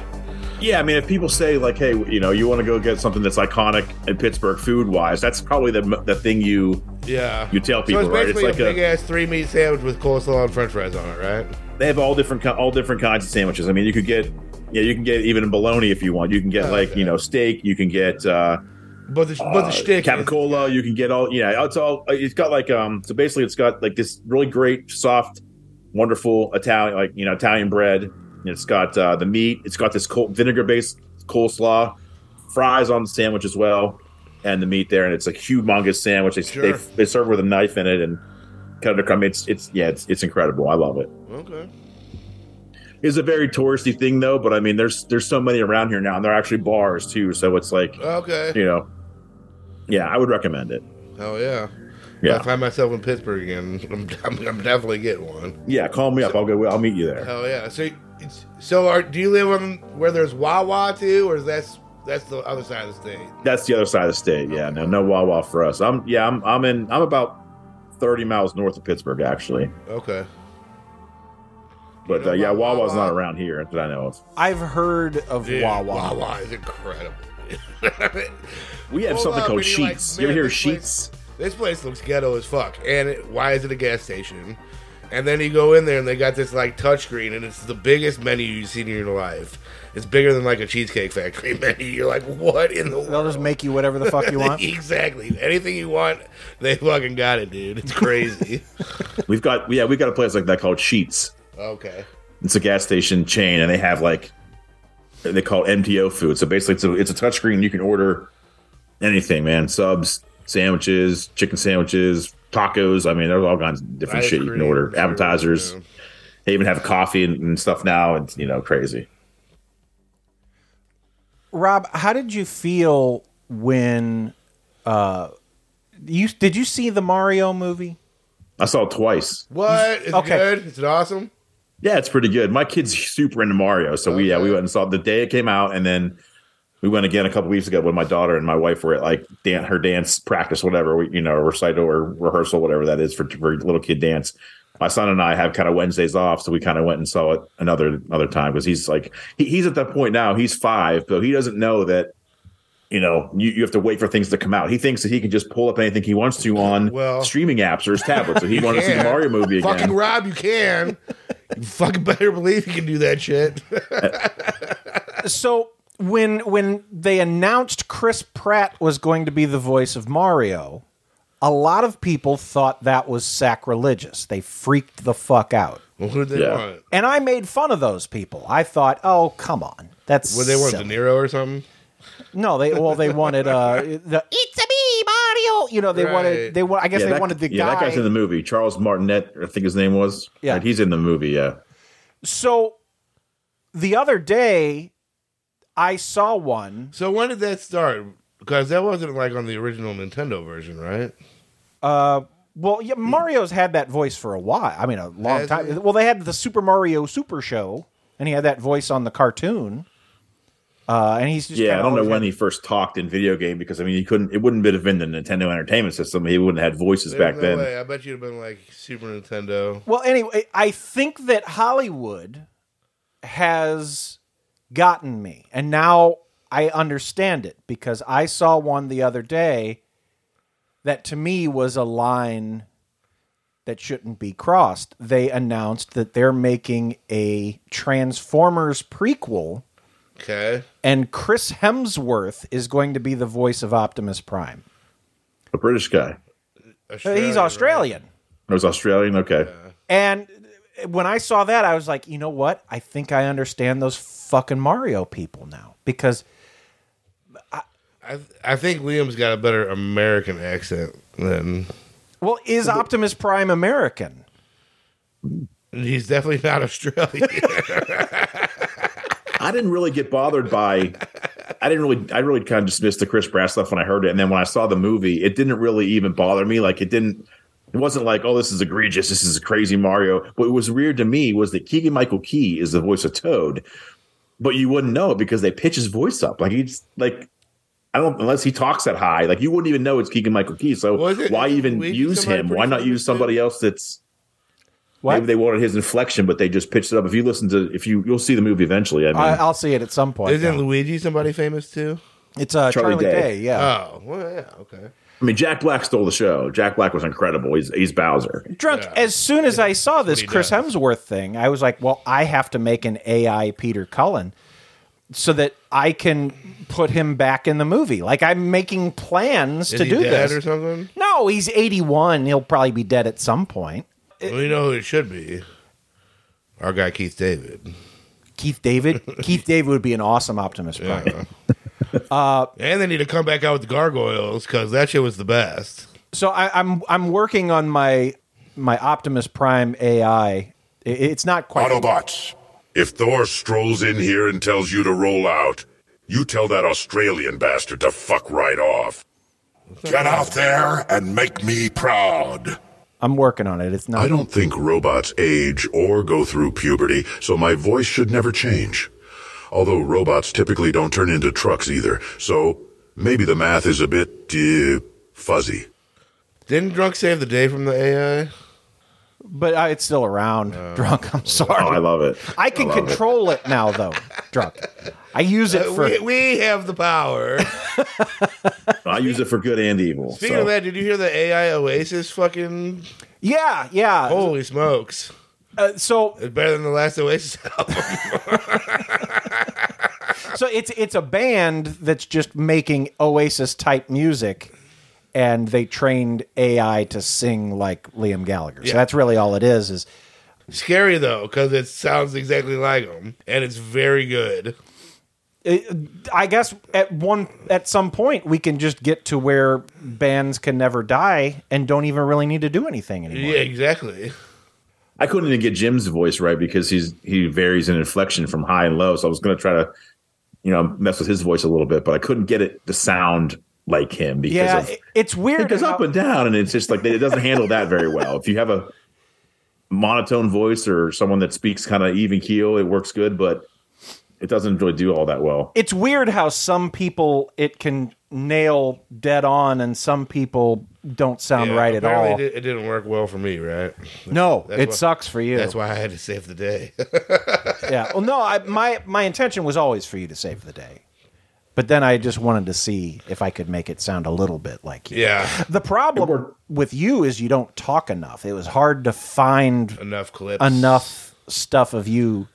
Speaker 5: Yeah, I mean, if people say like, "Hey, you know, you want to go get something that's iconic in Pittsburgh food wise," that's probably the the thing you
Speaker 4: Yeah,
Speaker 5: you tell people,
Speaker 4: so it's
Speaker 5: right? It's
Speaker 4: basically
Speaker 5: like
Speaker 4: a big
Speaker 5: a,
Speaker 4: ass three meat sandwich with coleslaw and French fries on it, right?
Speaker 5: they have all different ki- all different kinds of sandwiches. I mean, you could get yeah, you can get even bologna if you want. You can get like you know steak. You can get uh,
Speaker 4: But the but the
Speaker 5: uh,
Speaker 4: shtick is-
Speaker 5: capicola. You can get all yeah. It's all it's got like um. So basically, it's got like this really great, soft, wonderful Italian like you know Italian bread. And It's got uh, the meat. It's got this col- vinegar based coleslaw, fries on the sandwich as well, and the meat there. And it's a humongous sandwich. They
Speaker 4: Sure.
Speaker 5: they, they serve with a knife in it and cut it across. I mean, It's it's yeah. It's it's incredible. I love it.
Speaker 4: Okay.
Speaker 5: It's a very touristy thing though, but I mean, there's there's so many around here now, and they're actually bars too. So it's like
Speaker 4: Okay.
Speaker 5: you know, yeah, I would recommend it.
Speaker 4: Hell yeah.
Speaker 5: Yeah.
Speaker 4: If I find myself in Pittsburgh again, I'm, I'm, I'm definitely getting one.
Speaker 5: Yeah, call me up. I'll go. I'll meet you there.
Speaker 4: Hell yeah. So, it's, so are do you live on where there's Wawa too, or is that's that's the other side of the state?
Speaker 5: That's the other side of the state. Yeah, no, no Wawa for us. I'm yeah, I'm I'm in. I'm about thirty miles north of Pittsburgh actually,
Speaker 4: Okay.
Speaker 5: but uh, yeah, Wawa's not around here that I know of.
Speaker 3: I've heard of
Speaker 4: Dude,
Speaker 3: Wawa.
Speaker 4: Wawa is incredible.
Speaker 5: We have
Speaker 4: Hold
Speaker 5: something
Speaker 4: up,
Speaker 5: called
Speaker 4: and you're like,
Speaker 5: Sheets. you ever
Speaker 4: man,
Speaker 5: hear
Speaker 4: this
Speaker 5: Sheets?
Speaker 4: This place looks ghetto as fuck. And it, why is it a gas station? And then you go in there and they got this like touchscreen and it's the biggest menu you've seen in your life. It's bigger than like a cheesecake factory menu. You're like, what in the world?
Speaker 3: They'll just make you whatever the fuck you want.
Speaker 4: exactly. Anything you want, they fucking got it, dude. It's crazy.
Speaker 5: We've got yeah, we got a place like that called Sheets.
Speaker 4: okay.
Speaker 5: It's a gas station chain, and they have like they call it MTO food. So basically, it's a it's a touchscreen. You can order anything, man. Subs, sandwiches, chicken sandwiches, tacos. I mean, there's all kinds of different
Speaker 4: Ice
Speaker 5: shit you can
Speaker 4: cream,
Speaker 5: order.
Speaker 4: sure,
Speaker 5: Appetizers.
Speaker 4: yeah.
Speaker 5: They even have coffee and, and stuff now. It's you know crazy.
Speaker 3: Rob, how did you feel when uh you did you see the Mario movie?
Speaker 5: I saw it twice.
Speaker 4: What? Is
Speaker 3: Okay.
Speaker 4: it good? Is it awesome?
Speaker 5: Yeah, it's pretty good. My kid's super into Mario, so we yeah we went and saw it the day it came out, and then we went again a couple weeks ago when my daughter and my wife were at like dan- her dance practice, whatever we, you know, recital or rehearsal, whatever that is for, for little kid dance. My son and I have kind of Wednesdays off, so we kind of went and saw it another another time because he's like he, he's at that point now. He's five, so he doesn't know that you know you, you have to wait for things to come out. He thinks that he can just pull up anything he wants to on
Speaker 4: Well-
Speaker 5: streaming apps or his tablet. So he
Speaker 4: You
Speaker 5: wanted to see the
Speaker 4: can.
Speaker 5: Mario movie again.
Speaker 4: Fucking Rob, you can. you fucking better believe you can do that shit.
Speaker 3: So when when they announced Chris Pratt was going to be the voice of Mario, a lot of people thought that was sacrilegious. They freaked the fuck out.
Speaker 4: well, who did they
Speaker 3: Yeah.
Speaker 4: want?
Speaker 3: And I made fun of those people. I thought, "Oh, come on. That's
Speaker 4: Would they want
Speaker 3: silly."
Speaker 4: De Niro or something?
Speaker 3: No, they well they wanted uh the It's a me, Mario. You know, they wanted they want I guess
Speaker 5: Yeah,
Speaker 3: they
Speaker 5: that-
Speaker 3: wanted the
Speaker 5: yeah,
Speaker 3: guy
Speaker 5: that guy's in the movie. Charles Martinet, I think his name was.
Speaker 3: Yeah.
Speaker 5: Right, he's in the movie. Yeah,
Speaker 3: So the other day, I saw one.
Speaker 4: So when did that start? Because that wasn't like on the original Nintendo version, right?
Speaker 3: Uh, well, yeah, Mario's had that voice for a while. I mean, a long
Speaker 4: Has
Speaker 3: time.
Speaker 4: he?
Speaker 3: Well, they had the Super Mario Super Show, and he had that voice on the cartoon. Uh, and he's just
Speaker 5: yeah. I
Speaker 3: kinda
Speaker 5: don't know
Speaker 3: always
Speaker 5: when
Speaker 3: had-
Speaker 5: he first talked in video game because I mean, he couldn't. It wouldn't have been the Nintendo Entertainment System. He wouldn't have had voices
Speaker 4: There's
Speaker 5: back
Speaker 4: no
Speaker 5: then.
Speaker 4: Way. I bet you'd have been like Super Nintendo.
Speaker 3: Well, anyway, I think that Hollywood has gotten me, and now I understand it because I saw one the other day that to me was a line that shouldn't be crossed. They announced that they're making a Transformers prequel,
Speaker 4: Okay.
Speaker 3: and Chris Hemsworth is going to be the voice of Optimus Prime.
Speaker 5: A British guy.
Speaker 3: He's Australian.
Speaker 5: It was Australian. Okay.
Speaker 3: And when I saw that, I was like, you know what? I think I understand those fucking Mario people now because
Speaker 4: I think Liam's got a better American accent than
Speaker 3: Well, is Optimus Prime American?
Speaker 4: He's definitely not Australian.
Speaker 5: I didn't really get bothered by. I didn't really. I really kind of dismissed the Chris Pratt stuff when I heard it, and then when I saw the movie, it didn't really even bother me. Like it didn't. It wasn't like, oh, this is egregious. This is a crazy Mario. What was weird to me was that Keegan Michael Key is the voice of Toad, but you wouldn't know it because they pitch his voice up. Like he's like, I don't unless he talks that high. Like you wouldn't even know it's Keegan Michael Key. So
Speaker 4: Was it-
Speaker 5: why even
Speaker 4: we-
Speaker 5: use
Speaker 4: somebody
Speaker 5: him?
Speaker 4: pretty
Speaker 5: Why not
Speaker 4: famous
Speaker 5: use somebody else that's Maybe they wanted his inflection, but they just pitched it up. If you listen to, if you you'll see the movie eventually. I mean,
Speaker 3: I, I'll see it at some point.
Speaker 4: Isn't
Speaker 3: yeah.
Speaker 4: Luigi somebody famous too?
Speaker 3: It's uh, Charlie,
Speaker 5: Charlie
Speaker 3: Day.
Speaker 5: Day.
Speaker 3: yeah.
Speaker 4: Oh, well, yeah, okay.
Speaker 5: I mean, Jack Black stole the show. Jack Black was incredible. He's he's Bowser.
Speaker 3: Drunk. As soon as I saw this
Speaker 5: he
Speaker 3: Chris Hemsworth thing, I was like, well, I have to make an AI Peter Cullen so that I can put him back in the movie. Like I'm making plans
Speaker 4: Is
Speaker 3: to
Speaker 4: he
Speaker 3: do
Speaker 4: dead
Speaker 3: this
Speaker 4: or something?
Speaker 3: No, he's 81. He'll probably be dead at some point.
Speaker 4: we know who it should be. Our guy Keith David.
Speaker 3: Keith David. Keith David would be an awesome Optimus Prime. Uh,
Speaker 4: and they need to come back out with the gargoyles because that shit was the best.
Speaker 3: So I, I'm I'm working on my my Optimus Prime AI. I- It's not quite
Speaker 17: Autobots, if Thor strolls in here and tells you to roll out, you tell that Australian bastard to fuck right off. Get out there and make me proud.
Speaker 3: I'm working on it. It's not.
Speaker 17: I don't think robots age or go through puberty, so my voice should never change. Although robots typically don't turn into trucks either, so maybe the math is a bit uh, fuzzy.
Speaker 4: Didn't Drunk save the day from the AI?
Speaker 3: But I, it's still around. drunk. I'm sorry.
Speaker 5: Oh, I love it.
Speaker 3: I can
Speaker 4: love it.
Speaker 3: control it. now, though. Drunk. I use it
Speaker 4: Uh,
Speaker 3: for.
Speaker 4: we, we have the power.
Speaker 5: I use it for good and evil.
Speaker 4: Speaking
Speaker 5: so.
Speaker 4: of that, did you hear the AI Oasis fucking?
Speaker 3: Yeah, yeah.
Speaker 4: Holy smokes!
Speaker 3: Uh, so
Speaker 4: it's better than the last Oasis album.
Speaker 3: so it's it's a band that's just making Oasis type music, and they trained AI to sing like Liam Gallagher.
Speaker 4: Yeah.
Speaker 3: So that's really all it is. Is
Speaker 4: Scary though, because it sounds exactly like him, and it's very good.
Speaker 3: I guess at one at some point we can just get to where bands can never die and don't even really need to do anything anymore.
Speaker 4: Yeah, exactly.
Speaker 5: I couldn't even get Jim's voice right because he's he varies in inflection from high and low. So I was going to try to, you know, mess with his voice a little bit, but I couldn't get it to sound like him because
Speaker 3: Yeah,
Speaker 5: of,
Speaker 3: it- it's weird.
Speaker 5: It goes up and down, and it's just like it doesn't handle that very well. If you have a monotone voice or someone that speaks kind of even keel, it works good, but it doesn't really do all that well.
Speaker 3: It's weird how some people it can nail dead on and some people don't sound
Speaker 4: Yeah,
Speaker 3: right at
Speaker 4: apparently
Speaker 3: all.
Speaker 4: It, di- it didn't work well for me, right?
Speaker 3: No, it
Speaker 4: why-
Speaker 3: sucks for you.
Speaker 4: That's why I had to save the day.
Speaker 3: yeah. Well, no, I, my my intention was always for you to save the day, but then I just wanted to see if I could make it sound a little bit like you.
Speaker 4: yeah,
Speaker 3: The problem with you is you don't talk enough. It was hard to find
Speaker 4: enough clips.
Speaker 3: enough stuff of you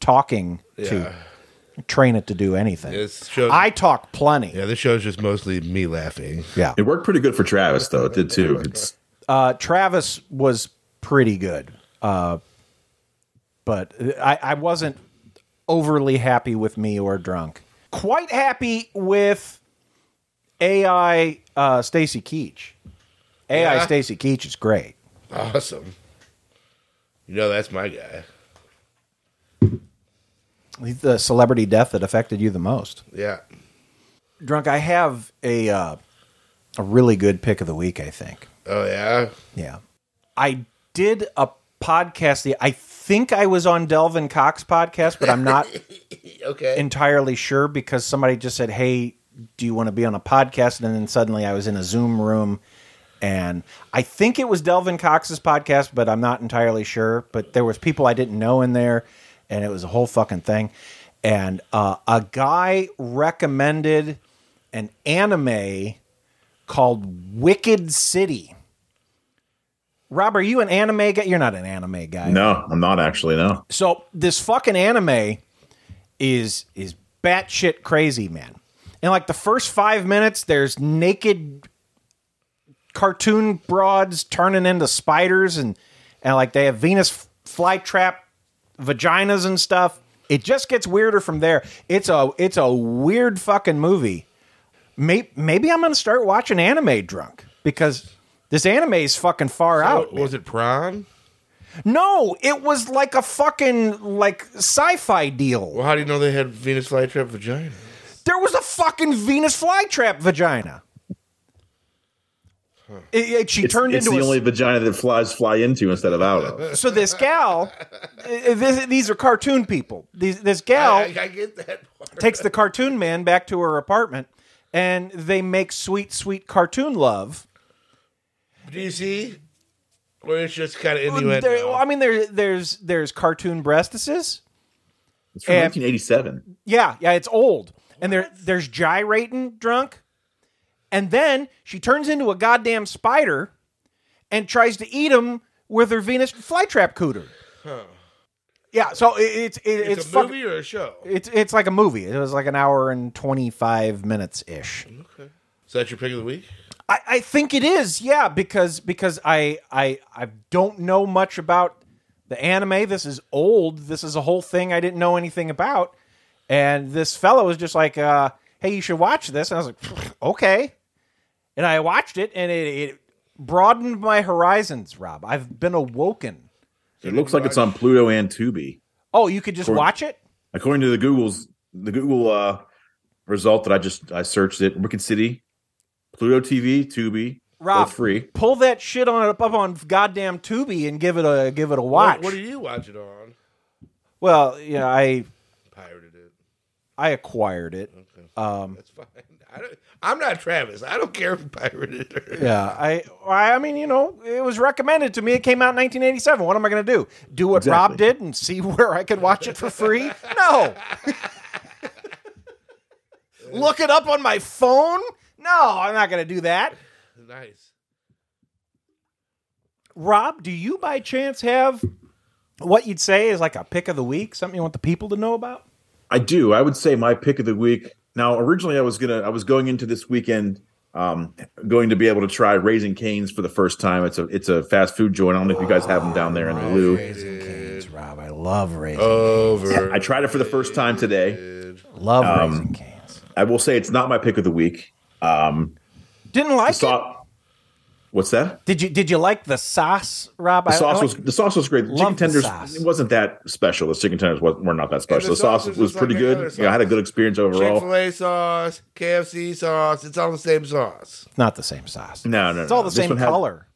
Speaker 3: talking to train it to do anything.
Speaker 4: This shows,
Speaker 3: I talk plenty.
Speaker 4: yeah, this show's just mostly me laughing.
Speaker 3: Yeah.
Speaker 5: It worked pretty good for Travis, though. It did too. It's
Speaker 3: Uh, Travis was pretty good, uh, but I, I wasn't overly happy with me or drunk. Quite happy with AI uh, Stacy Keach. AI
Speaker 4: Yeah.
Speaker 3: Stacy Keach is great.
Speaker 4: Awesome. You know, that's my guy.
Speaker 3: He's the celebrity death that affected you the most.
Speaker 4: Yeah.
Speaker 3: Drunk, I have a uh, a really good pick of the week. I think.
Speaker 4: Oh, yeah.
Speaker 3: Yeah. I did a podcast. The I think I was on Delvin Cox podcast, but I'm not
Speaker 4: Okay.
Speaker 3: entirely sure because somebody just said, "Hey, do you want to be on a podcast?" And then suddenly I was in a Zoom room, and I think it was Delvin Cox's podcast, but I'm not entirely sure. But there was people I didn't know in there, and it was a whole fucking thing. And uh, a guy recommended an anime called Wicked City. Rob, are you an anime guy? You're not an anime guy.
Speaker 5: no, I'm not actually no.
Speaker 3: So this fucking anime is is batshit crazy, man. And like the first five minutes, there's naked cartoon broads turning into spiders, and and like they have Venus flytrap vaginas and stuff. It just gets weirder from there. It's a it's a weird fucking movie. Maybe, maybe I'm gonna start watching anime drunk because This anime is fucking far out.
Speaker 4: Was it Prime?
Speaker 3: No, it was like a fucking like sci-fi deal.
Speaker 4: Well, how do you know they had Venus flytrap vagina?
Speaker 3: There was a fucking Venus flytrap vagina. It- it- she
Speaker 5: It's,
Speaker 3: turned
Speaker 5: it's
Speaker 3: into
Speaker 5: the
Speaker 3: a,
Speaker 5: only vagina that flies fly into instead of out of.
Speaker 3: so this gal. eh, this, these are cartoon people. These, this gal.
Speaker 4: I, I get that.
Speaker 3: takes the cartoon man back to her apartment and they make sweet sweet cartoon love
Speaker 4: Do you see? Where it's just kind of
Speaker 3: There-
Speaker 4: innuendo.
Speaker 3: i mean there, there's there's cartoon breastises
Speaker 5: It's from
Speaker 3: And-
Speaker 5: 1987.
Speaker 3: yeah yeah it's old and there there's gyrating drunk and then she turns into a goddamn spider and tries to eat him with her venus flytrap cooter
Speaker 4: Huh.
Speaker 3: yeah so it, it's it,
Speaker 4: It's,
Speaker 3: it's
Speaker 4: a
Speaker 3: fuck-
Speaker 4: movie or a show.
Speaker 3: it's it's like a movie it was like an hour and 25 minutes ish
Speaker 4: Okay. Is that your pick of the week?
Speaker 3: I, I think it is, yeah, because because I I I don't know much about the anime. This is old. This is a whole thing I didn't know anything about. And this fellow was just like, uh, "Hey, you should watch this." And I was like, "Okay." And I watched it, and it, it broadened my horizons. Rob, I've been awoken.
Speaker 5: It looks like it's on Pluto and Tubi.
Speaker 3: Oh, you could just
Speaker 5: Or-
Speaker 3: watch it.
Speaker 5: According to the Google's the Google uh, result that I just I searched it, Wicked City, Pluto TV, Tubi,
Speaker 3: Rob.
Speaker 5: both free.
Speaker 3: Pull that shit on up on goddamn Tubi and give it a give it a watch.
Speaker 4: What, what do you watch it on?
Speaker 3: well, you know, I
Speaker 4: Pirated it.
Speaker 3: I acquired it. Um,
Speaker 4: That's fine. I don't, I'm not Travis. I don't care if you pirated it. Or
Speaker 3: Yeah, I I mean, you know, it was recommended to me. It came out in 1987. What am I going to do? Do what Rob did and see where I could watch it for free? No. Look it up on my phone? No, I'm not going to do that.
Speaker 4: Nice.
Speaker 3: Rob, do you by chance have what you'd say is like a pick of the week, something you want the people to know about?
Speaker 5: I do. I would say my pick of the week. Now, originally, I was gonna, I was going into this weekend, um, going to be able to try Raising Canes for the first time. It's a, it's a fast food joint. I don't know if you guys have them down there in the Lou.
Speaker 3: Raising Canes, Rob. I love
Speaker 5: um,
Speaker 3: Raising
Speaker 4: Over.
Speaker 5: I tried it for the first time today.
Speaker 3: Love
Speaker 5: Um,
Speaker 3: Raising Canes.
Speaker 5: I will say it's not my pick of the week. Um,
Speaker 3: Didn't like it?
Speaker 5: what's that?
Speaker 3: Did you did you like the sauce, Rob?
Speaker 5: The
Speaker 3: I- I
Speaker 5: sauce
Speaker 3: like-
Speaker 5: was the sauce was great. The chicken
Speaker 3: Love the
Speaker 5: tenders
Speaker 3: sauce.
Speaker 5: it wasn't that special. The chicken tenders was, were not that special.
Speaker 4: the
Speaker 5: The, sauce
Speaker 4: sauces
Speaker 5: was,
Speaker 4: is
Speaker 5: pretty
Speaker 4: like any other
Speaker 5: good. Yeah, I had a good experience
Speaker 4: Chick
Speaker 5: overall.
Speaker 4: fil A sauce, KFC sauce. It's all the same sauce.
Speaker 3: It's not the same sauce.
Speaker 5: No, no,
Speaker 3: It's all
Speaker 5: no.
Speaker 3: the
Speaker 5: Uh, This
Speaker 3: same
Speaker 5: one had-
Speaker 3: color.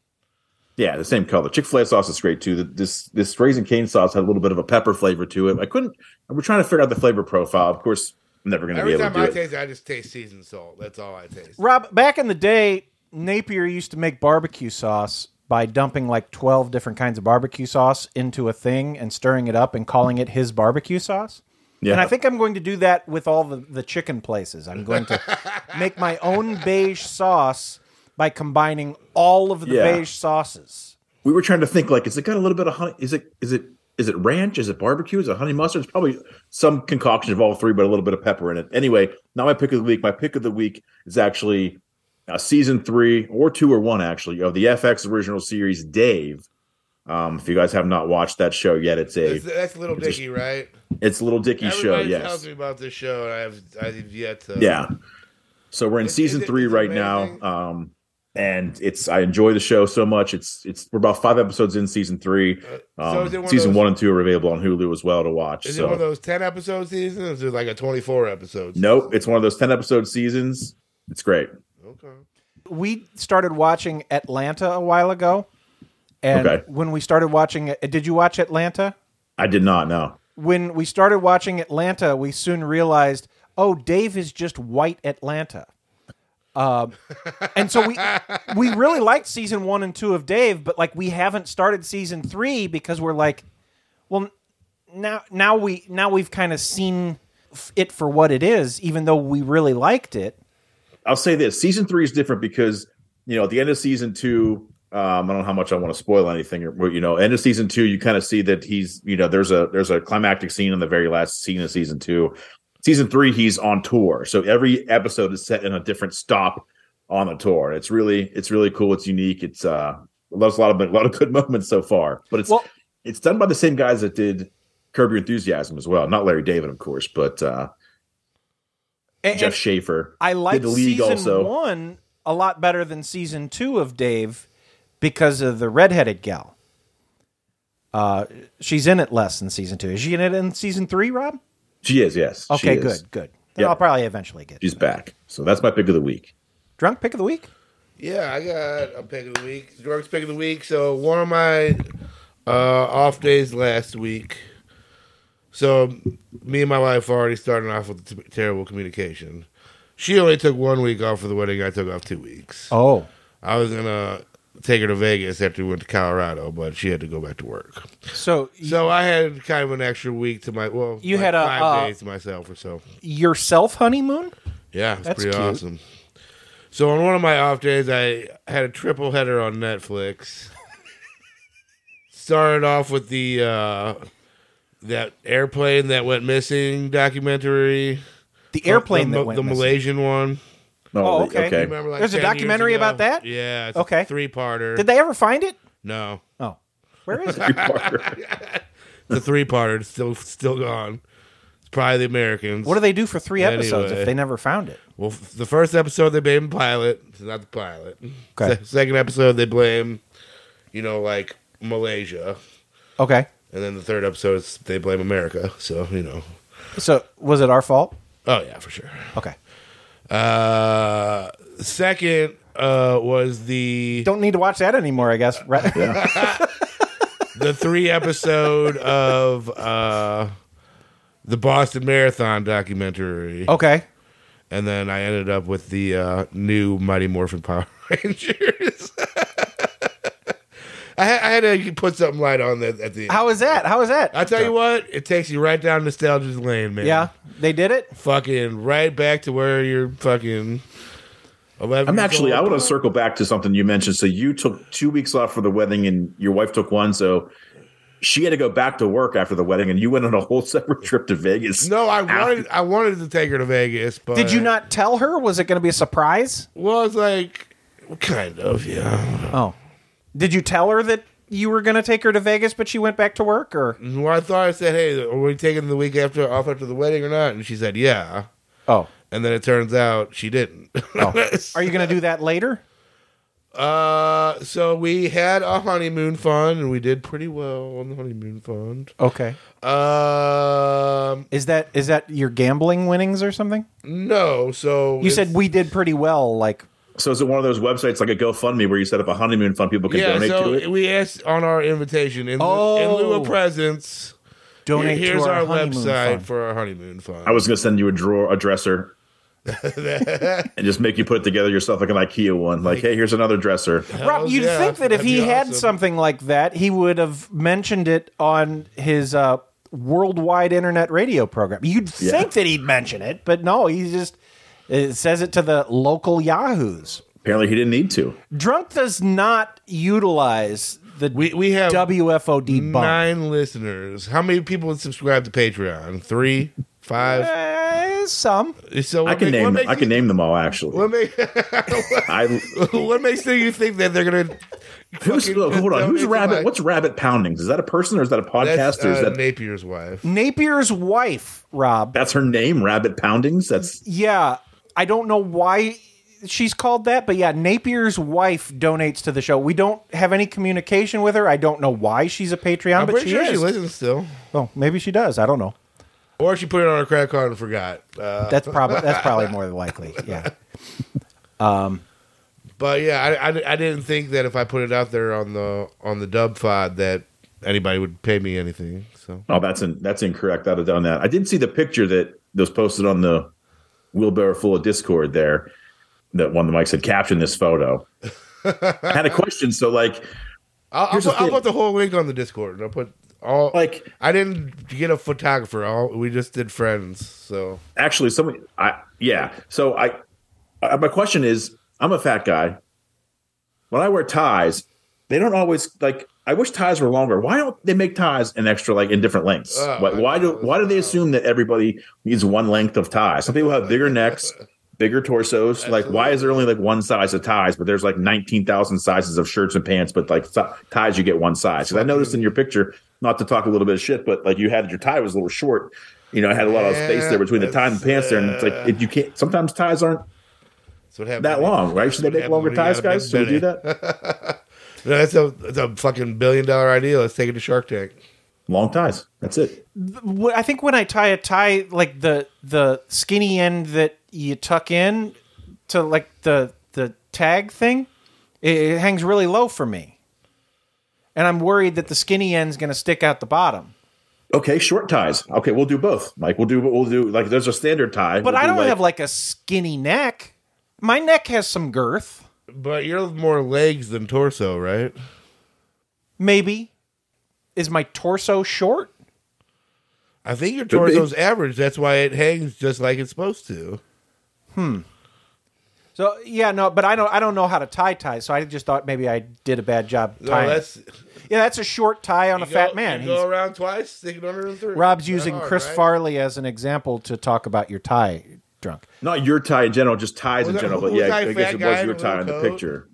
Speaker 5: yeah, the same color. Chick Fil A sauce is great too. The- This this raisin cane sauce had a little bit of a pepper flavor to it. I couldn't. I was trying to figure out the flavor profile. Of course, I'm never going to be
Speaker 4: Every
Speaker 5: able
Speaker 4: time
Speaker 5: to
Speaker 4: I
Speaker 5: do it.
Speaker 4: taste it, I just taste seasoned salt. That's all I taste.
Speaker 3: Rob, back in the day, Napier used to make barbecue sauce by dumping like 12 different kinds of barbecue sauce into a thing and stirring it up and calling it his barbecue sauce.
Speaker 5: Yeah.
Speaker 3: And I think I'm going to do that with all the, the chicken places. I'm going to make my own beige sauce by combining all of the
Speaker 5: Yeah.
Speaker 3: beige sauces.
Speaker 5: We were trying to think like, is it got a little bit of honey? Is it is it is it ranch? Is it barbecue? Is it honey mustard? It's probably some concoction of all three, but a little bit of pepper in it. Anyway, not my pick of the week. My pick of the week is actually uh, season three or two or one actually of the FX original series Dave. Um, if you guys have not watched that show yet, it's a
Speaker 4: That's, that's Little Dicky, right?
Speaker 5: it's a little Dicky show.
Speaker 4: Everybody
Speaker 5: Yes,
Speaker 4: tells me about this show, and I have I've yet to.
Speaker 5: yeah. So we're in season
Speaker 4: it-
Speaker 5: three
Speaker 4: is it
Speaker 5: right now, um, and it's I enjoy the show so much. It's it's we're about five episodes in season three.
Speaker 4: Uh, so
Speaker 5: Um,
Speaker 4: is it one of
Speaker 5: season
Speaker 4: those-
Speaker 5: one and two are available on Hulu as well to watch.
Speaker 4: Is it one of
Speaker 5: so
Speaker 4: those ten episode seasons? Or is it like a twenty four episode?
Speaker 5: nope, it's one of those ten episode seasons. It's great.
Speaker 4: Okay.
Speaker 3: we started watching Atlanta a while ago. And
Speaker 5: Okay.
Speaker 3: when we started watching, did you watch Atlanta?
Speaker 5: I did not know.
Speaker 3: When we started watching Atlanta, we soon realized, oh, Dave is just white Atlanta. Um, and so we we really liked season one and two of Dave, but like we haven't started season three because we're like, well, now now we now we've kind of seen f- it for what it is, even though we really liked it.
Speaker 5: I'll say this: season three is different because you know at the end of season two, um, I don't know how much I want to spoil anything. Or, you know, end of season two, you kind of see that he's you know there's a there's a climactic scene in the very last scene of season two. Season three, he's on tour, so every episode is set in a different stop on the tour. It's really it's really cool. It's unique. It's uh there's a lot of a lot of good moments so far, but it's it's done by the same guys that did Curb Your Enthusiasm as well. Not Larry David, of course, but uh,
Speaker 3: And-
Speaker 5: Jeff
Speaker 3: and-
Speaker 5: Schaefer.
Speaker 3: I
Speaker 5: did
Speaker 3: liked
Speaker 5: the league
Speaker 3: season
Speaker 5: also.
Speaker 3: one a lot better than season two of Dave because of the redheaded gal. Uh, she's in it less in season two. Is she in it in season three, Rob?
Speaker 5: She is, yes. She
Speaker 3: Okay,
Speaker 5: is.
Speaker 3: good, good. Then
Speaker 5: Yep.
Speaker 3: I'll probably eventually get
Speaker 5: She's back. So that's my pick of the week.
Speaker 3: drunk pick of the week.
Speaker 4: Yeah, I got a pick of the week. Drugs pick of the week. So one of my uh, off days last week. So me and my wife are already starting off with t- terrible communication. She only took one week off for the wedding. I took off two weeks.
Speaker 3: Oh,
Speaker 4: I was gonna take her to Vegas after we went to Colorado, but she had to go back to work.
Speaker 3: So
Speaker 4: so I had kind of an extra week to my well,
Speaker 3: You
Speaker 4: like
Speaker 3: had a,
Speaker 4: five
Speaker 3: uh,
Speaker 4: days to myself or so.
Speaker 3: yourself honeymoon.
Speaker 4: Yeah, it's
Speaker 3: That's
Speaker 4: pretty
Speaker 3: cute.
Speaker 4: awesome. So on one of my off days, I had a triple header on Netflix. Started off with the uh, that airplane that went missing documentary.
Speaker 3: The airplane
Speaker 4: the,
Speaker 3: that went
Speaker 4: the
Speaker 3: missing.
Speaker 4: Malaysian one.
Speaker 3: Oh, okay.
Speaker 4: Remember, like,
Speaker 3: There's a
Speaker 4: 10 years
Speaker 3: documentary
Speaker 4: ago?
Speaker 3: about that.
Speaker 4: Yeah. It's
Speaker 3: Okay.
Speaker 4: A three-parter.
Speaker 3: Did they ever find it?
Speaker 4: No.
Speaker 3: Oh, where is it?
Speaker 4: Three-parter. the three-parter. It's still still gone. It's probably the Americans.
Speaker 3: What do they do for three episodes
Speaker 4: Anyway.
Speaker 3: if they never found it?
Speaker 4: Well, f- the first episode they blame pilot. It's not the pilot.
Speaker 3: Okay.
Speaker 4: Se- second episode they blame, you know, like Malaysia,
Speaker 3: Okay.
Speaker 4: and then the third episode is they blame America. So you know,
Speaker 3: So was it our fault?
Speaker 4: oh yeah, for sure.
Speaker 3: Okay.
Speaker 4: Uh, second uh, was the
Speaker 3: Don't need to watch that anymore, I guess. Right?
Speaker 4: the three episode of uh, the Boston Marathon documentary.
Speaker 3: Okay.
Speaker 4: And then I ended up with the uh, new Mighty Morphin Power Rangers. I, ha- I had to put something light on that at the end.
Speaker 3: How is that? How is that?
Speaker 4: I tell you what, it takes you right down nostalgia's lane, man.
Speaker 3: Yeah, they did it.
Speaker 4: Fucking right back to where you're fucking 11.
Speaker 5: I'm
Speaker 4: years
Speaker 5: actually, I
Speaker 4: old.
Speaker 5: want to circle back to something you mentioned. So you took two weeks off for the wedding and your wife took one. So she had to go back to work after the wedding and you went on a whole separate trip to Vegas.
Speaker 4: No, I wanted, I wanted to take her to Vegas, but.
Speaker 3: Did you not tell her? Was it going to be a surprise?
Speaker 4: Well, it's like, kind of, yeah.
Speaker 3: Oh, did you tell her that you were going to take her to Vegas, but she went back to work? Or
Speaker 4: Well, I thought I said, hey, are we taking the week after off after the wedding or not? And she said, yeah.
Speaker 3: Oh.
Speaker 4: And then it turns out she didn't.
Speaker 3: are you going to do that later?
Speaker 4: Uh, so we had a honeymoon fund, and we did pretty well on the honeymoon fund.
Speaker 3: Okay.
Speaker 4: Um,
Speaker 3: Is that is that your gambling winnings or something?
Speaker 4: no. So
Speaker 3: You said we did pretty well. Like
Speaker 5: So is it one of those websites like a GoFundMe where you set up a honeymoon fund people can
Speaker 4: yeah.
Speaker 5: donate
Speaker 4: So
Speaker 5: to it?
Speaker 4: we asked on our invitation in, in lieu of presents.
Speaker 3: Oh. Donate to
Speaker 4: Here's
Speaker 3: our
Speaker 4: our,
Speaker 3: honeymoon
Speaker 4: website
Speaker 3: fund.
Speaker 4: for our honeymoon fund.
Speaker 5: I was going to send you a drawer, a dresser,
Speaker 4: Hell
Speaker 5: and just make you put it together yourself like an IKEA one. Like, hey, here's another dresser.
Speaker 3: Rob, you'd
Speaker 4: yeah,
Speaker 3: think that if
Speaker 4: that'd
Speaker 3: he
Speaker 4: be
Speaker 3: had
Speaker 4: awesome.
Speaker 3: something like that, he would have mentioned it on his uh, worldwide internet radio program. You'd
Speaker 5: Yeah.
Speaker 3: think that he'd mention it, but no, he just it says it to the local yahoos.
Speaker 5: Apparently, he didn't need to.
Speaker 3: Drunk does not utilize the
Speaker 4: we we have
Speaker 3: WFOD bump.
Speaker 4: nine listeners. How many people subscribe to Patreon? Three, five.
Speaker 3: Eh, some.
Speaker 4: So
Speaker 5: I
Speaker 4: what
Speaker 5: can
Speaker 4: make- what
Speaker 5: name.
Speaker 4: makes
Speaker 5: I can
Speaker 4: you-
Speaker 5: name them all. Actually,
Speaker 4: What, make,
Speaker 5: I
Speaker 4: what makes you think that they're gonna?
Speaker 5: who's
Speaker 4: fucking
Speaker 5: look, hold on.
Speaker 4: donate
Speaker 5: Who's
Speaker 4: to my-
Speaker 5: rabbit? What's rabbit poundings? Is that a person or is that a podcast?
Speaker 4: That's
Speaker 5: or is
Speaker 4: uh,
Speaker 5: that
Speaker 4: Napier's
Speaker 3: Mm,
Speaker 4: wife.
Speaker 3: Napier's wife, Rob.
Speaker 5: that's her name? Rabbit poundings. That's
Speaker 3: Yeah, I don't know why she's called that, but yeah, Napier's wife donates to the show. We don't have any communication with her. I don't know why she's a Patreon,
Speaker 4: I'm
Speaker 3: but
Speaker 4: pretty
Speaker 3: she
Speaker 4: sure
Speaker 3: is.
Speaker 4: she listens still,
Speaker 3: Oh, maybe she does. I don't know.
Speaker 4: or she put it on her credit card and forgot. Uh,
Speaker 3: That's probably that's probably more than likely. Yeah.
Speaker 4: but yeah, I, I, I didn't think that if I put it out there on the on the dub fod that anybody would pay me anything. So
Speaker 5: oh, that's in, that's incorrect. I'd have done that. I did see the picture that was posted on the wheelbarrow full of Discord there. That one of the mic said, "Caption this photo." I had a question. So like.
Speaker 4: I'll, I'll,
Speaker 5: Here's the
Speaker 4: put, I'll
Speaker 5: thing.
Speaker 4: put the whole link on the Discord. and I'll put all
Speaker 5: Like-
Speaker 4: I didn't get a photographer. All we just did friends. So
Speaker 5: actually somebody i yeah so I, I Uh, my question is i'm a fat guy when i wear ties they don't always like i wish ties were longer why don't they make ties an extra like in different lengths
Speaker 4: Oh,
Speaker 5: why,
Speaker 4: I
Speaker 5: why do why do they assume that everybody needs one length of tie some people have bigger necks bigger torsos like why is there only like one size of ties but there's like 19000 sizes of shirts and pants but like so- ties you get one size because i noticed in your picture not to talk a little bit of shit but like you had your tie was a little short you know, I had a lot of space there between the tie and the pants there, and it's like if you can't. Sometimes ties aren't
Speaker 4: that's what happened.
Speaker 5: that long, right? Should they
Speaker 4: What
Speaker 5: make
Speaker 4: happened
Speaker 5: longer
Speaker 4: when you got
Speaker 5: ties,
Speaker 4: a big
Speaker 5: guys? Should we
Speaker 4: belly?
Speaker 5: do that?
Speaker 4: No, that's a that's a fucking billion dollar idea. Let's take it to Shark Tank.
Speaker 5: Long ties. That's it.
Speaker 3: Wh- I think when I tie a tie, like the the skinny end that you tuck in to like the the tag thing, it, it hangs really low for me, and I'm worried that the skinny end's going to stick out the bottom.
Speaker 5: Okay, short ties. Okay, we'll do both. Like we'll do what we'll do. Like there's a standard tie.
Speaker 3: But
Speaker 5: We'll
Speaker 3: I
Speaker 5: do,
Speaker 3: don't have like a skinny neck. My neck has some girth.
Speaker 4: But you're more legs than torso, right?
Speaker 3: Maybe is my torso short?
Speaker 4: I think your
Speaker 3: Could be.
Speaker 4: torso's average. That's why it hangs just like it's supposed to.
Speaker 3: Hmm. So yeah, no, but I don't. I don't know how to tie tie. So I just thought maybe I did a bad job.
Speaker 4: No,
Speaker 3: Tying.
Speaker 4: that's-
Speaker 3: yeah, that's a short tie on
Speaker 4: You
Speaker 3: a
Speaker 4: go-
Speaker 3: fat man.
Speaker 4: you
Speaker 3: He's-
Speaker 4: go around twice, stick it under and through.
Speaker 3: Rob's
Speaker 4: That
Speaker 3: using
Speaker 4: hard,
Speaker 3: Chris
Speaker 4: right?
Speaker 3: Farley as an example to talk about your tie drunk.
Speaker 5: not your tie in general, just ties in
Speaker 4: Was that-
Speaker 5: general. But
Speaker 4: who was
Speaker 5: yeah,
Speaker 4: that
Speaker 5: I guess
Speaker 4: fat
Speaker 5: it
Speaker 4: guy
Speaker 5: was
Speaker 4: in
Speaker 5: your
Speaker 4: the
Speaker 5: tie
Speaker 4: little
Speaker 5: in the
Speaker 4: coat?
Speaker 5: picture.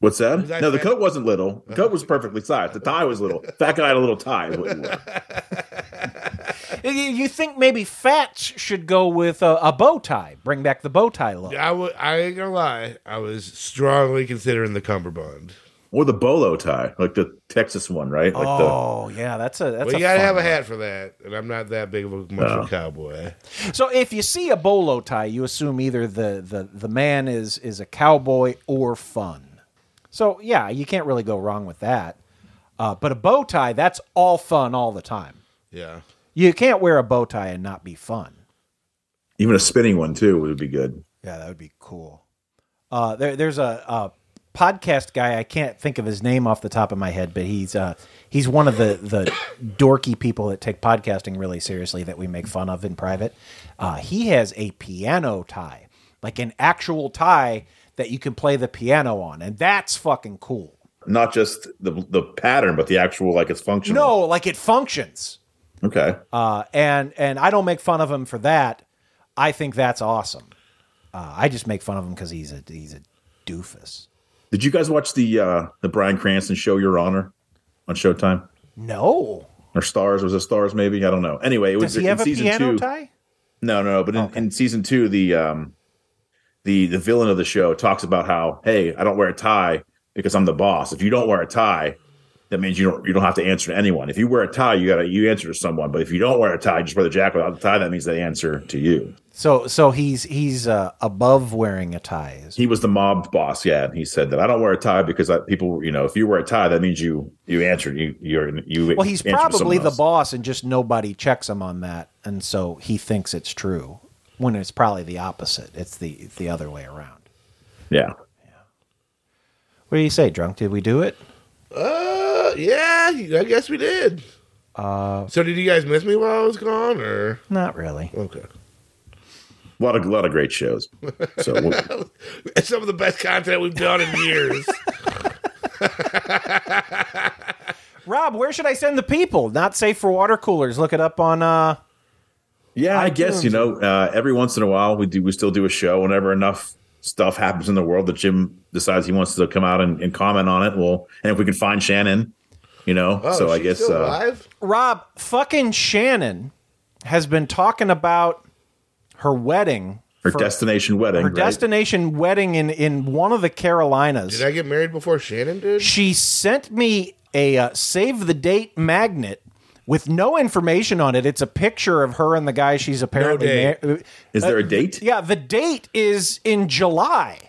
Speaker 5: What's that?
Speaker 4: that
Speaker 5: no, the
Speaker 4: fat-
Speaker 5: coat wasn't little. The coat was perfectly sized. The tie was little. Fat guy had a little tie. Is what you were.
Speaker 3: You- You think maybe fats should go with a, a bow tie? Bring back the bow tie look.
Speaker 4: I would. I ain't gonna lie. I was strongly considering the cummerbund.
Speaker 5: Or the bolo tie, like the Texas one, right? Like
Speaker 3: oh yeah, that's a that's.
Speaker 4: well,
Speaker 3: a
Speaker 4: you gotta
Speaker 3: fun
Speaker 4: have a
Speaker 3: one.
Speaker 4: hat for that, and I'm not that big of a muscle cowboy.
Speaker 3: So if you see a bolo tie, you assume either the the the man is is a cowboy or fun. So yeah, you can't really go wrong with that. Uh, but a bow tie, that's all fun all the time.
Speaker 4: Yeah.
Speaker 3: You can't wear a bow tie and not be fun.
Speaker 5: the even a spinning one too would be good.
Speaker 3: Yeah, that would be cool. Uh, there, there's a, a podcast guy. I can't think of his name off the top of my head, but he's uh, he's one of the the dorky people that take podcasting really seriously that we make fun of in private. Uh, he has a piano tie, like an actual tie that you can play the piano on, and that's fucking cool.
Speaker 5: Not just the the pattern, but the actual like it's functional.
Speaker 3: No, like it functions.
Speaker 5: Okay.
Speaker 3: Uh, and and I don't make fun of him for that. I think that's awesome. Uh, I just make fun of him because he's a he's a doofus.
Speaker 5: Did you guys watch the uh the Brian Cranston show Your Honor on Showtime?
Speaker 3: No.
Speaker 5: Or Stars? Was it Stars maybe? I don't know. Anyway, it
Speaker 3: Does
Speaker 5: was
Speaker 3: he
Speaker 5: in
Speaker 3: have a
Speaker 5: season
Speaker 3: piano
Speaker 5: two.
Speaker 3: tie?
Speaker 5: No, no, no. But in, in season two, the um, the the villain of the show talks about how hey, I don't wear a tie because I'm the boss. If you don't wear a tie, that means you don't you don't have to answer to anyone. If you wear a tie, you gotta you answer to someone. But if you don't wear a tie, just wear the jacket without the tie. That means they answer to you.
Speaker 3: So so he's he's uh, above wearing a tie.
Speaker 5: He was the mob boss, yeah, and he said that I don't wear a tie because I, people, you know, if you wear a tie, that means you you answered you you're you.
Speaker 3: Well, he's
Speaker 5: answer to someone
Speaker 3: probably the
Speaker 5: else.
Speaker 3: boss, and just nobody checks him on that, and so he thinks it's true. When it's probably the opposite. It's the the other way around.
Speaker 5: yeah.
Speaker 3: What do you say, drunk? Did we do it?
Speaker 4: Uh, yeah. I guess we did.
Speaker 3: Uh,
Speaker 4: So did you guys miss me while I was gone, or
Speaker 3: not really?
Speaker 4: Okay.
Speaker 5: A lot of lot of great shows. So we'll,
Speaker 4: Some of the best content we've done in years.
Speaker 3: Rob, where should I send the people? Not safe for water coolers. Look it up on. Uh,
Speaker 5: Yeah, I guess
Speaker 3: iTunes.
Speaker 5: you know. Uh, every once in a while, we do we still do a show. Whenever enough stuff happens in the world that Jim decides he wants to come out and, and comment on it, well, and if we can find Shannon, you know.
Speaker 4: Oh,
Speaker 3: Oh,
Speaker 5: so I guess uh,
Speaker 3: Rob, fucking Shannon has been talking about her wedding.
Speaker 5: her
Speaker 3: for-
Speaker 5: destination wedding.
Speaker 3: Her
Speaker 5: right?
Speaker 3: destination wedding in, in one of the Carolinas.
Speaker 4: Did I get married before Shannon did?
Speaker 3: She sent me a uh, save the date magnet with no information on it. It's a picture of her and the guy she's apparently
Speaker 5: date.
Speaker 3: mar-
Speaker 5: Is there a
Speaker 3: uh,
Speaker 5: date?
Speaker 3: Yeah, the date is in July.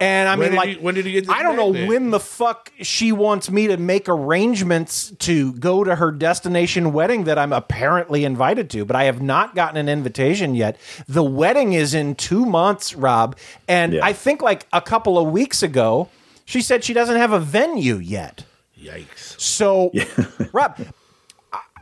Speaker 3: And I
Speaker 4: When
Speaker 3: mean,
Speaker 4: did
Speaker 3: like,
Speaker 4: you- when did you get this
Speaker 3: I don't know
Speaker 4: magnet?
Speaker 3: when the fuck she wants me to make arrangements to go to her destination wedding that I'm apparently invited to, but I have not gotten an invitation yet. The wedding is in two months, Rob. And I think like a couple of weeks ago, she said she doesn't have a venue yet.
Speaker 4: Yikes.
Speaker 3: So, Rob,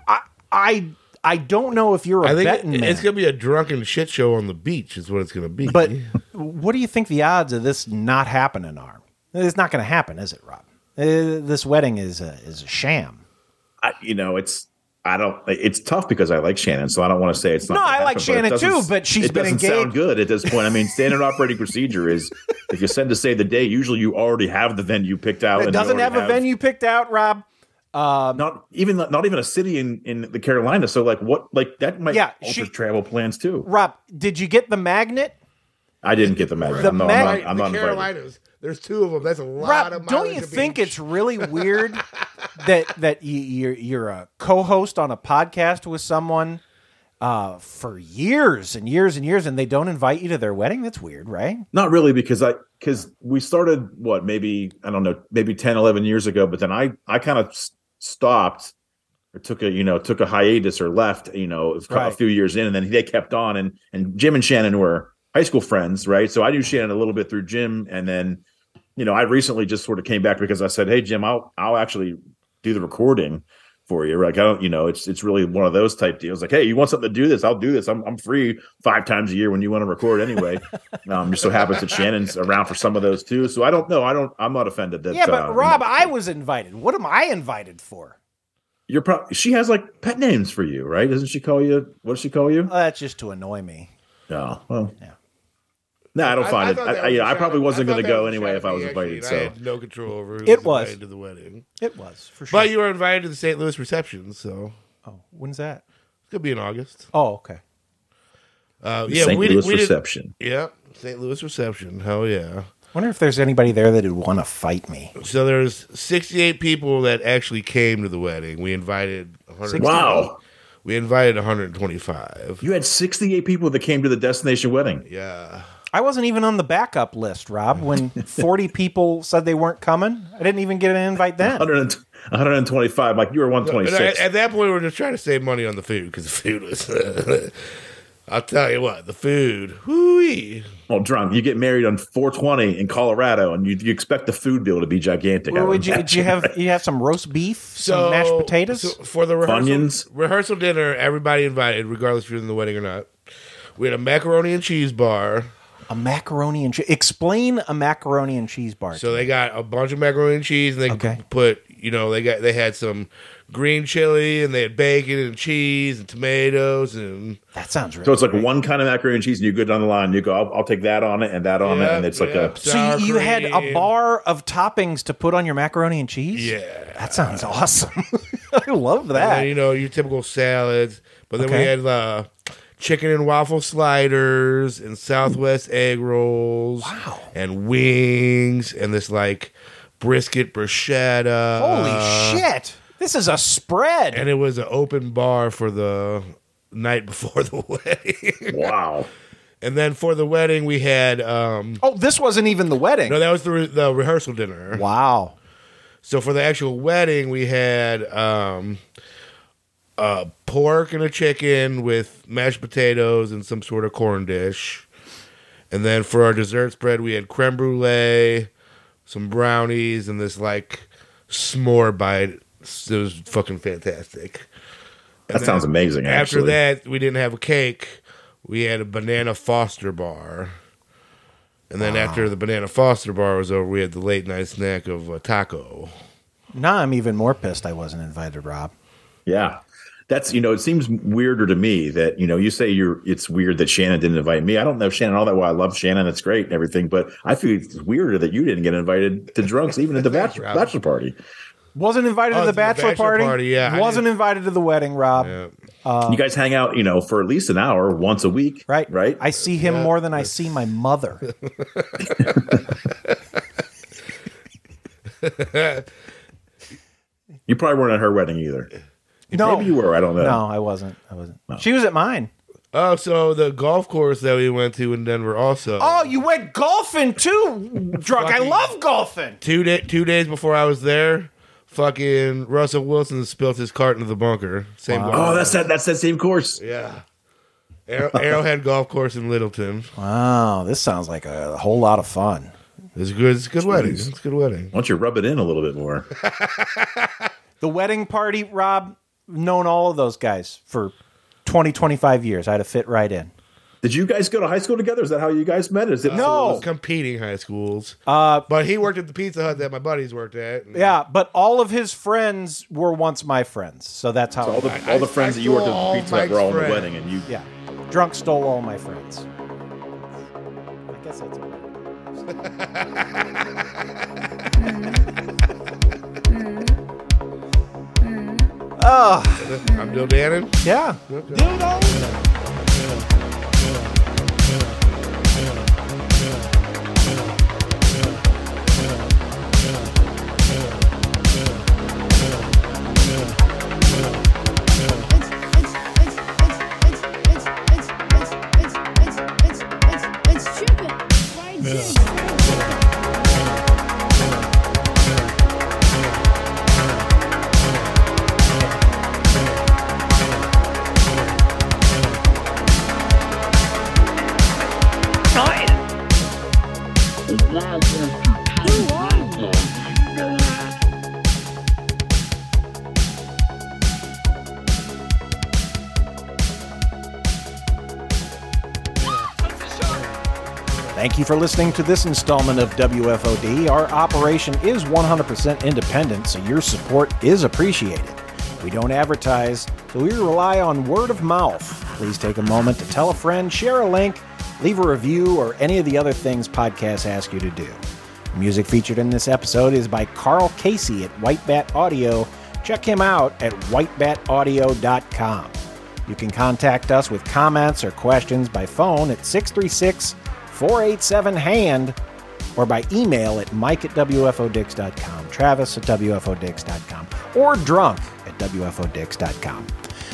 Speaker 3: I, I, I don't know if you're a
Speaker 4: I think
Speaker 3: betting
Speaker 4: it-
Speaker 3: man.
Speaker 4: it's gonna be a drunken shit show on the beach. Is what it's gonna be.
Speaker 3: But what do you think the odds of this not happening are? It's not going to happen, is it, Rob? Uh, this wedding is a is a sham.
Speaker 5: I, you know, it's I don't. It's tough because I like Shannon, so I don't want to say it's not.
Speaker 3: No,
Speaker 5: gonna
Speaker 3: I like
Speaker 5: happen, it
Speaker 3: Shannon too,
Speaker 5: doesn't-
Speaker 3: but she's
Speaker 5: it
Speaker 3: been
Speaker 5: doesn't Sound
Speaker 3: engaged.
Speaker 5: good at this point. I mean, standard operating procedure is if you send to say the day, usually you already have the venue picked out.
Speaker 3: it
Speaker 5: and you
Speaker 3: doesn't
Speaker 5: already
Speaker 3: have a venue picked out, Rob. Um,
Speaker 5: not even not even a city in in the Carolinas. So like what like that might
Speaker 3: Yeah,
Speaker 5: alter
Speaker 3: she-
Speaker 5: travel plans too.
Speaker 3: Rob, did you get the magnet?
Speaker 5: I didn't get the Magic.
Speaker 4: The
Speaker 5: I'm, not- I'm
Speaker 4: Right,
Speaker 5: not, I'm
Speaker 4: the
Speaker 5: not invited.
Speaker 4: Carolinas. There's two of them. That's a
Speaker 3: Rob,
Speaker 4: lot of
Speaker 3: don't
Speaker 4: mileage
Speaker 3: you
Speaker 4: to
Speaker 3: think
Speaker 4: beat.
Speaker 3: it's really weird that that you, you're you're a co-host on a podcast with someone uh, for years and years and years, and they don't invite you to their wedding? That's weird, right?
Speaker 5: Not really, because I because we started what maybe I don't know maybe 10, 11 years ago, but then I I kind of stopped or took a you know took a hiatus or left you know a, cou- a
Speaker 18: Right.
Speaker 5: few years in, and then they kept on and and Jim and Shannon were high school friends, right? So I knew Shannon a little bit through Jim, and then you know I recently just sort of came back because I said, hey Jim, I'll I'll actually do the recording for you. Like I don't, you know, it's it's really one of those type deals. Like, hey, you want something to do this? I'll do this. I'm I'm free five times a year when you want to record anyway. um, just so happens that Shannon's around for some of those too. So I don't know. I don't. I'm not offended that.
Speaker 3: yeah, but
Speaker 5: uh,
Speaker 3: Rob, I was invited. What am I invited for?
Speaker 5: you're probably she has like pet names for you, right? Doesn't she call you? What does she call you?
Speaker 3: Oh, that's just to annoy me.
Speaker 5: No. Well. Yeah. No, I don't find it.
Speaker 4: thought
Speaker 5: I,
Speaker 4: that
Speaker 5: I,
Speaker 4: was
Speaker 5: yeah, I
Speaker 4: Shannon.
Speaker 5: probably wasn't
Speaker 4: thought
Speaker 5: going to
Speaker 4: that
Speaker 5: go anyway
Speaker 4: Shannon
Speaker 5: if I was
Speaker 4: Bee, actually,
Speaker 5: invited.
Speaker 4: and
Speaker 5: So
Speaker 4: I had no control over who
Speaker 3: It
Speaker 4: was
Speaker 3: was.
Speaker 4: invited to the wedding.
Speaker 3: It was for sure.
Speaker 4: But you were invited to the St. Louis reception, so
Speaker 3: oh, when's that?
Speaker 4: It could be in August.
Speaker 3: Oh, okay.
Speaker 4: Uh,
Speaker 5: The
Speaker 4: yeah,
Speaker 5: St.
Speaker 4: we,
Speaker 5: Louis
Speaker 4: we did-
Speaker 5: reception.
Speaker 4: Yeah, St. Louis reception. Hell yeah.
Speaker 3: wonder if there's anybody there that would want to fight me.
Speaker 4: So there's 68 people that actually came to the wedding. We invited 100.
Speaker 5: Wow.
Speaker 4: We invited 125.
Speaker 5: you had 68 people that came to the destination wedding.
Speaker 4: Yeah.
Speaker 3: I wasn't even on the backup list, Rob. When 40 people said they weren't coming, I didn't even get an invite then.
Speaker 5: 100 and- 125. Like you were
Speaker 4: And
Speaker 5: 126.
Speaker 4: At, at that point, we were just trying to save money on the food because the food was. I'll tell you what, the food. Hooey.
Speaker 5: Well, Oh, drunk. You get married on 420 in Colorado, and you, you expect the food bill to be gigantic. I
Speaker 3: Where
Speaker 5: would
Speaker 3: would you, did
Speaker 5: imagine,
Speaker 3: you have
Speaker 5: right?
Speaker 3: you have some roast beef,
Speaker 4: So-
Speaker 3: some mashed potatoes?
Speaker 4: so for the rehearsal,
Speaker 5: Funyuns?
Speaker 4: rehearsal dinner, everybody invited, regardless if you're in the wedding or not. We had a macaroni and cheese bar.
Speaker 3: a macaroni and cheese. Explain a macaroni and cheese bar.
Speaker 4: So they got a bunch of macaroni and cheese, and they
Speaker 3: Okay.
Speaker 4: put, you know, they got they had some green chili, and they had bacon and cheese and tomatoes, and
Speaker 3: that sounds
Speaker 5: So it's like one kind of macaroni and cheese, and you go down the line, you go, I'll, I'll take that on it and that on it,
Speaker 4: Yep,
Speaker 5: and it's like
Speaker 4: yep.
Speaker 5: a.
Speaker 3: so you, you had a
Speaker 4: cream.
Speaker 3: bar of toppings to put on your macaroni and cheese.
Speaker 4: Yeah.
Speaker 3: that sounds awesome. I love
Speaker 4: And
Speaker 3: that.
Speaker 4: then, you know, your typical salads. But then we
Speaker 3: Okay.
Speaker 4: had uh, chicken and waffle sliders and Southwest egg rolls. And wings and this like brisket bruschetta.
Speaker 3: Holy shit! This is a spread.
Speaker 4: uh, And it was an open bar for the night before the wedding.
Speaker 5: wow.
Speaker 4: And then for the wedding, we had. Um,
Speaker 3: oh, this wasn't even the wedding.
Speaker 4: No, that was the, re- the rehearsal dinner.
Speaker 3: Wow.
Speaker 4: So for the actual wedding, we had um, uh, pork and a chicken with mashed potatoes and some sort of corn dish. And then for our dessert spread, we had creme brulee, some brownies, and this like s'more bite. It was fucking fantastic.
Speaker 5: That sounds amazing,
Speaker 4: After
Speaker 5: actually.
Speaker 4: that, we didn't have a cake. We had a banana foster bar. And then after the banana foster bar was over, we had the late night snack of a taco.
Speaker 3: Now I'm even more pissed I wasn't invited, Rob.
Speaker 5: Yeah. That's you know, it seems weirder to me that, you know, you say you're it's weird that Shannon didn't invite me. I don't know Shannon all that well. I love Shannon, it's great and everything, but I feel it's weirder that you didn't get invited to drunks even at the bachelor,
Speaker 4: Right.
Speaker 5: bachelor party.
Speaker 3: Wasn't invited
Speaker 4: Oh,
Speaker 3: to the bachelor, party.
Speaker 4: yeah, I
Speaker 3: wasn't invited to the wedding, Rob. Uh,
Speaker 5: you guys hang out, you know, for at least an hour once a week. Right. Right.
Speaker 3: I see him more than I see my mother.
Speaker 5: You probably weren't at her wedding either.
Speaker 3: No.
Speaker 5: Maybe you were, I don't know.
Speaker 3: No, I wasn't. I wasn't. She was at mine.
Speaker 4: Oh, so the golf course that we went to in Denver also.
Speaker 3: Oh, you went golfing too, drunk. I
Speaker 4: Fucking-
Speaker 3: love golfing.
Speaker 4: Two day, two days before I was there, fucking Russell Wilson spilled his cart into the bunker. Same. golf
Speaker 5: Oh, that's
Speaker 4: course.
Speaker 5: that that's that same course.
Speaker 4: Yeah. Arrow, Arrowhead Golf Course in Littleton.
Speaker 3: Wow, Oh, this sounds like a whole lot of fun.
Speaker 4: It's good. It's a good wedding. It's a good wedding.
Speaker 5: Why don't you rub it in a little bit more?
Speaker 3: The wedding party, Rob, known all of those guys for 20, 25 years. I'd have fit right in.
Speaker 5: Did you guys go to high school together? Is that how you guys met? Is it
Speaker 4: No. competing high schools?
Speaker 3: Oh. Uh,
Speaker 4: But he worked at the Pizza Hut that my buddies worked at. and
Speaker 3: yeah, but all of his friends were once my friends. So that's how
Speaker 5: all the all the friends that you worked at the pizza Hut were all in the
Speaker 3: friends.
Speaker 5: wedding, and you
Speaker 3: yeah, drunk stole all my friends. I guess that's all. Oh.
Speaker 4: I'm Bill Dannon.
Speaker 3: Yeah.
Speaker 4: Okay.
Speaker 3: Dildo. Thank you for listening to this installment of WFOD. Our operation is 100% independent, so your support is appreciated. We don't advertise, so we rely on word of mouth. Please take a moment to tell a friend, share a link, leave a review, or any of the other things podcasts ask you to do. Music featured in this episode is by Carl Casey at White Bat Audio. Check him out at whitebataudio.com. You can contact us with comments or questions by phone at 636 487 HAND or by email at mike at WFODix.com, Travis at WFODix.com, or drunk at WFODix.com.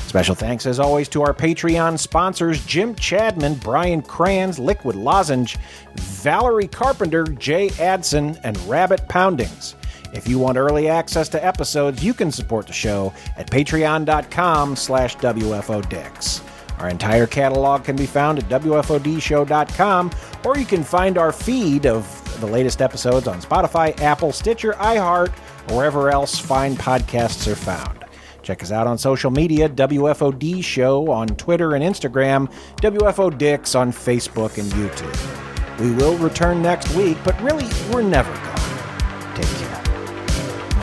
Speaker 3: Special thanks, as always, to our Patreon sponsors Jim Chadman, Brian Crans, Liquid Lozenge, Valerie Carpenter, Jay Adson, and Rabbit Poundings. If you want early access to episodes, you can support the show at patreon.com slash WFODix. Our entire catalog can be found at WFODshow.com, or you can find our feed of the latest episodes on Spotify, Apple, Stitcher, iHeart, or wherever else fine podcasts are found. Check us out on social media, WFOD Show on Twitter and Instagram, WFO Dix on Facebook and YouTube. We will return next week, but really, we're never gone. Take care.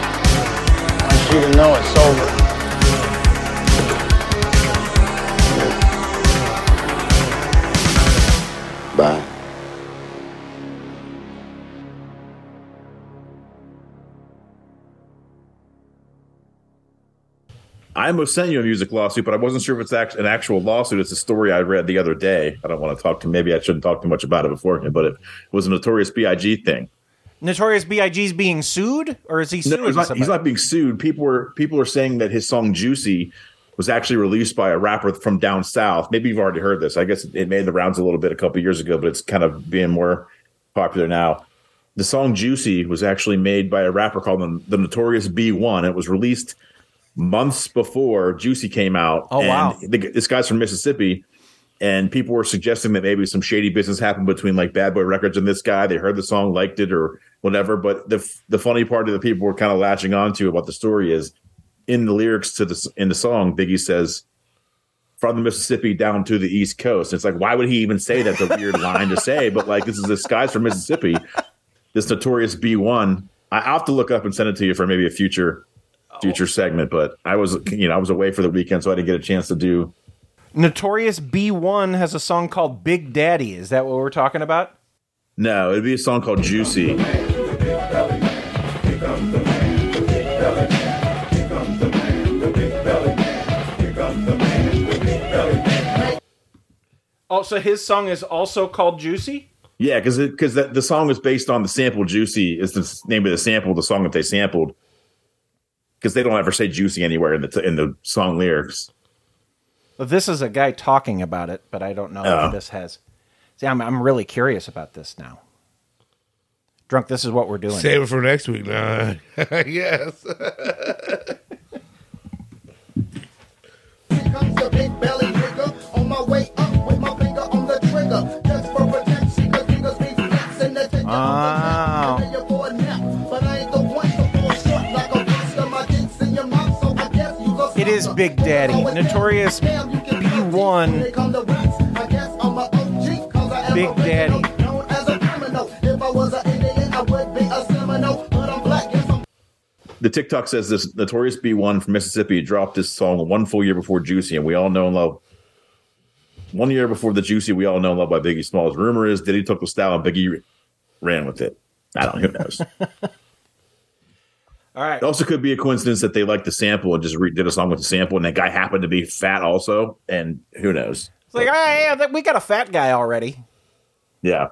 Speaker 18: want you to know it's over.
Speaker 19: Bye.
Speaker 5: I almost sent you a music lawsuit, but I wasn't sure if it's act- an actual lawsuit. It's a story I read the other day. I don't want to talk to. Maybe I shouldn't talk too much about it beforehand, but it was a notorious Big thing.
Speaker 3: Notorious B.I.G.'s being sued, or is he suing
Speaker 5: No, he's not,
Speaker 3: somebody?
Speaker 5: he's not being sued. People were people are saying that his song "Juicy" was actually released by a rapper from down south. Maybe you've already heard this. I guess it made the rounds a little bit a couple years ago, but it's kind of being more popular now. The song "Juicy" was actually made by a rapper called the, the Notorious B1. It was released months before Juicy came out.
Speaker 3: Oh,
Speaker 5: and
Speaker 3: wow.
Speaker 5: The, this guy's from Mississippi, and people were suggesting that maybe some shady business happened between like Bad Boy Records and this guy. They heard the song, liked it, or whatever. But the the funny part that people were kind of latching onto about the story is in the lyrics to this in the song, Biggie says. From the Mississippi down to the East Coast. It's like, why would he even say that's a weird line to say? But like, this is this guy's from Mississippi, this notorious B1. I, I'll have to look up and send it to you for maybe a future future segment, but I was you know, I was away for the weekend, so I didn't get a chance to do
Speaker 3: Notorious B1 has a song called Big Daddy. Is that what we're talking about?
Speaker 5: no, it'd be a song called Juicy.
Speaker 3: Oh, so his song is also called Juicy?
Speaker 5: Yeah, because because that the song is based on the sample "Juicy" is the s- name of the sample, the song that they sampled. Because they don't ever say "juicy" anywhere in the t- in the song lyrics.
Speaker 3: Well, This is a guy talking about it, but I don't know
Speaker 5: Oh.
Speaker 3: if this has. See, I'm, I'm really curious about this now. Drunk, this is what we're doing.
Speaker 4: Save it for next week. Nah. yes.
Speaker 3: Wow. It is Big Daddy, Notorious B1, Big Daddy.
Speaker 5: the TikTok says this notorious B1 from Mississippi dropped this song one full year before Juicy, and we all know and love. One year before the Juicy, we all know and love by Biggie Smalls. Rumor is Diddy took the style and Biggie ran with it. I don't. Who knows?
Speaker 20: All right.
Speaker 5: It also could be a coincidence that they liked the sample and just re- did a song with the sample, and that guy happened to be fat also, and who knows?
Speaker 3: It's like, ah, yeah, that- we got a fat guy already.
Speaker 5: Yeah.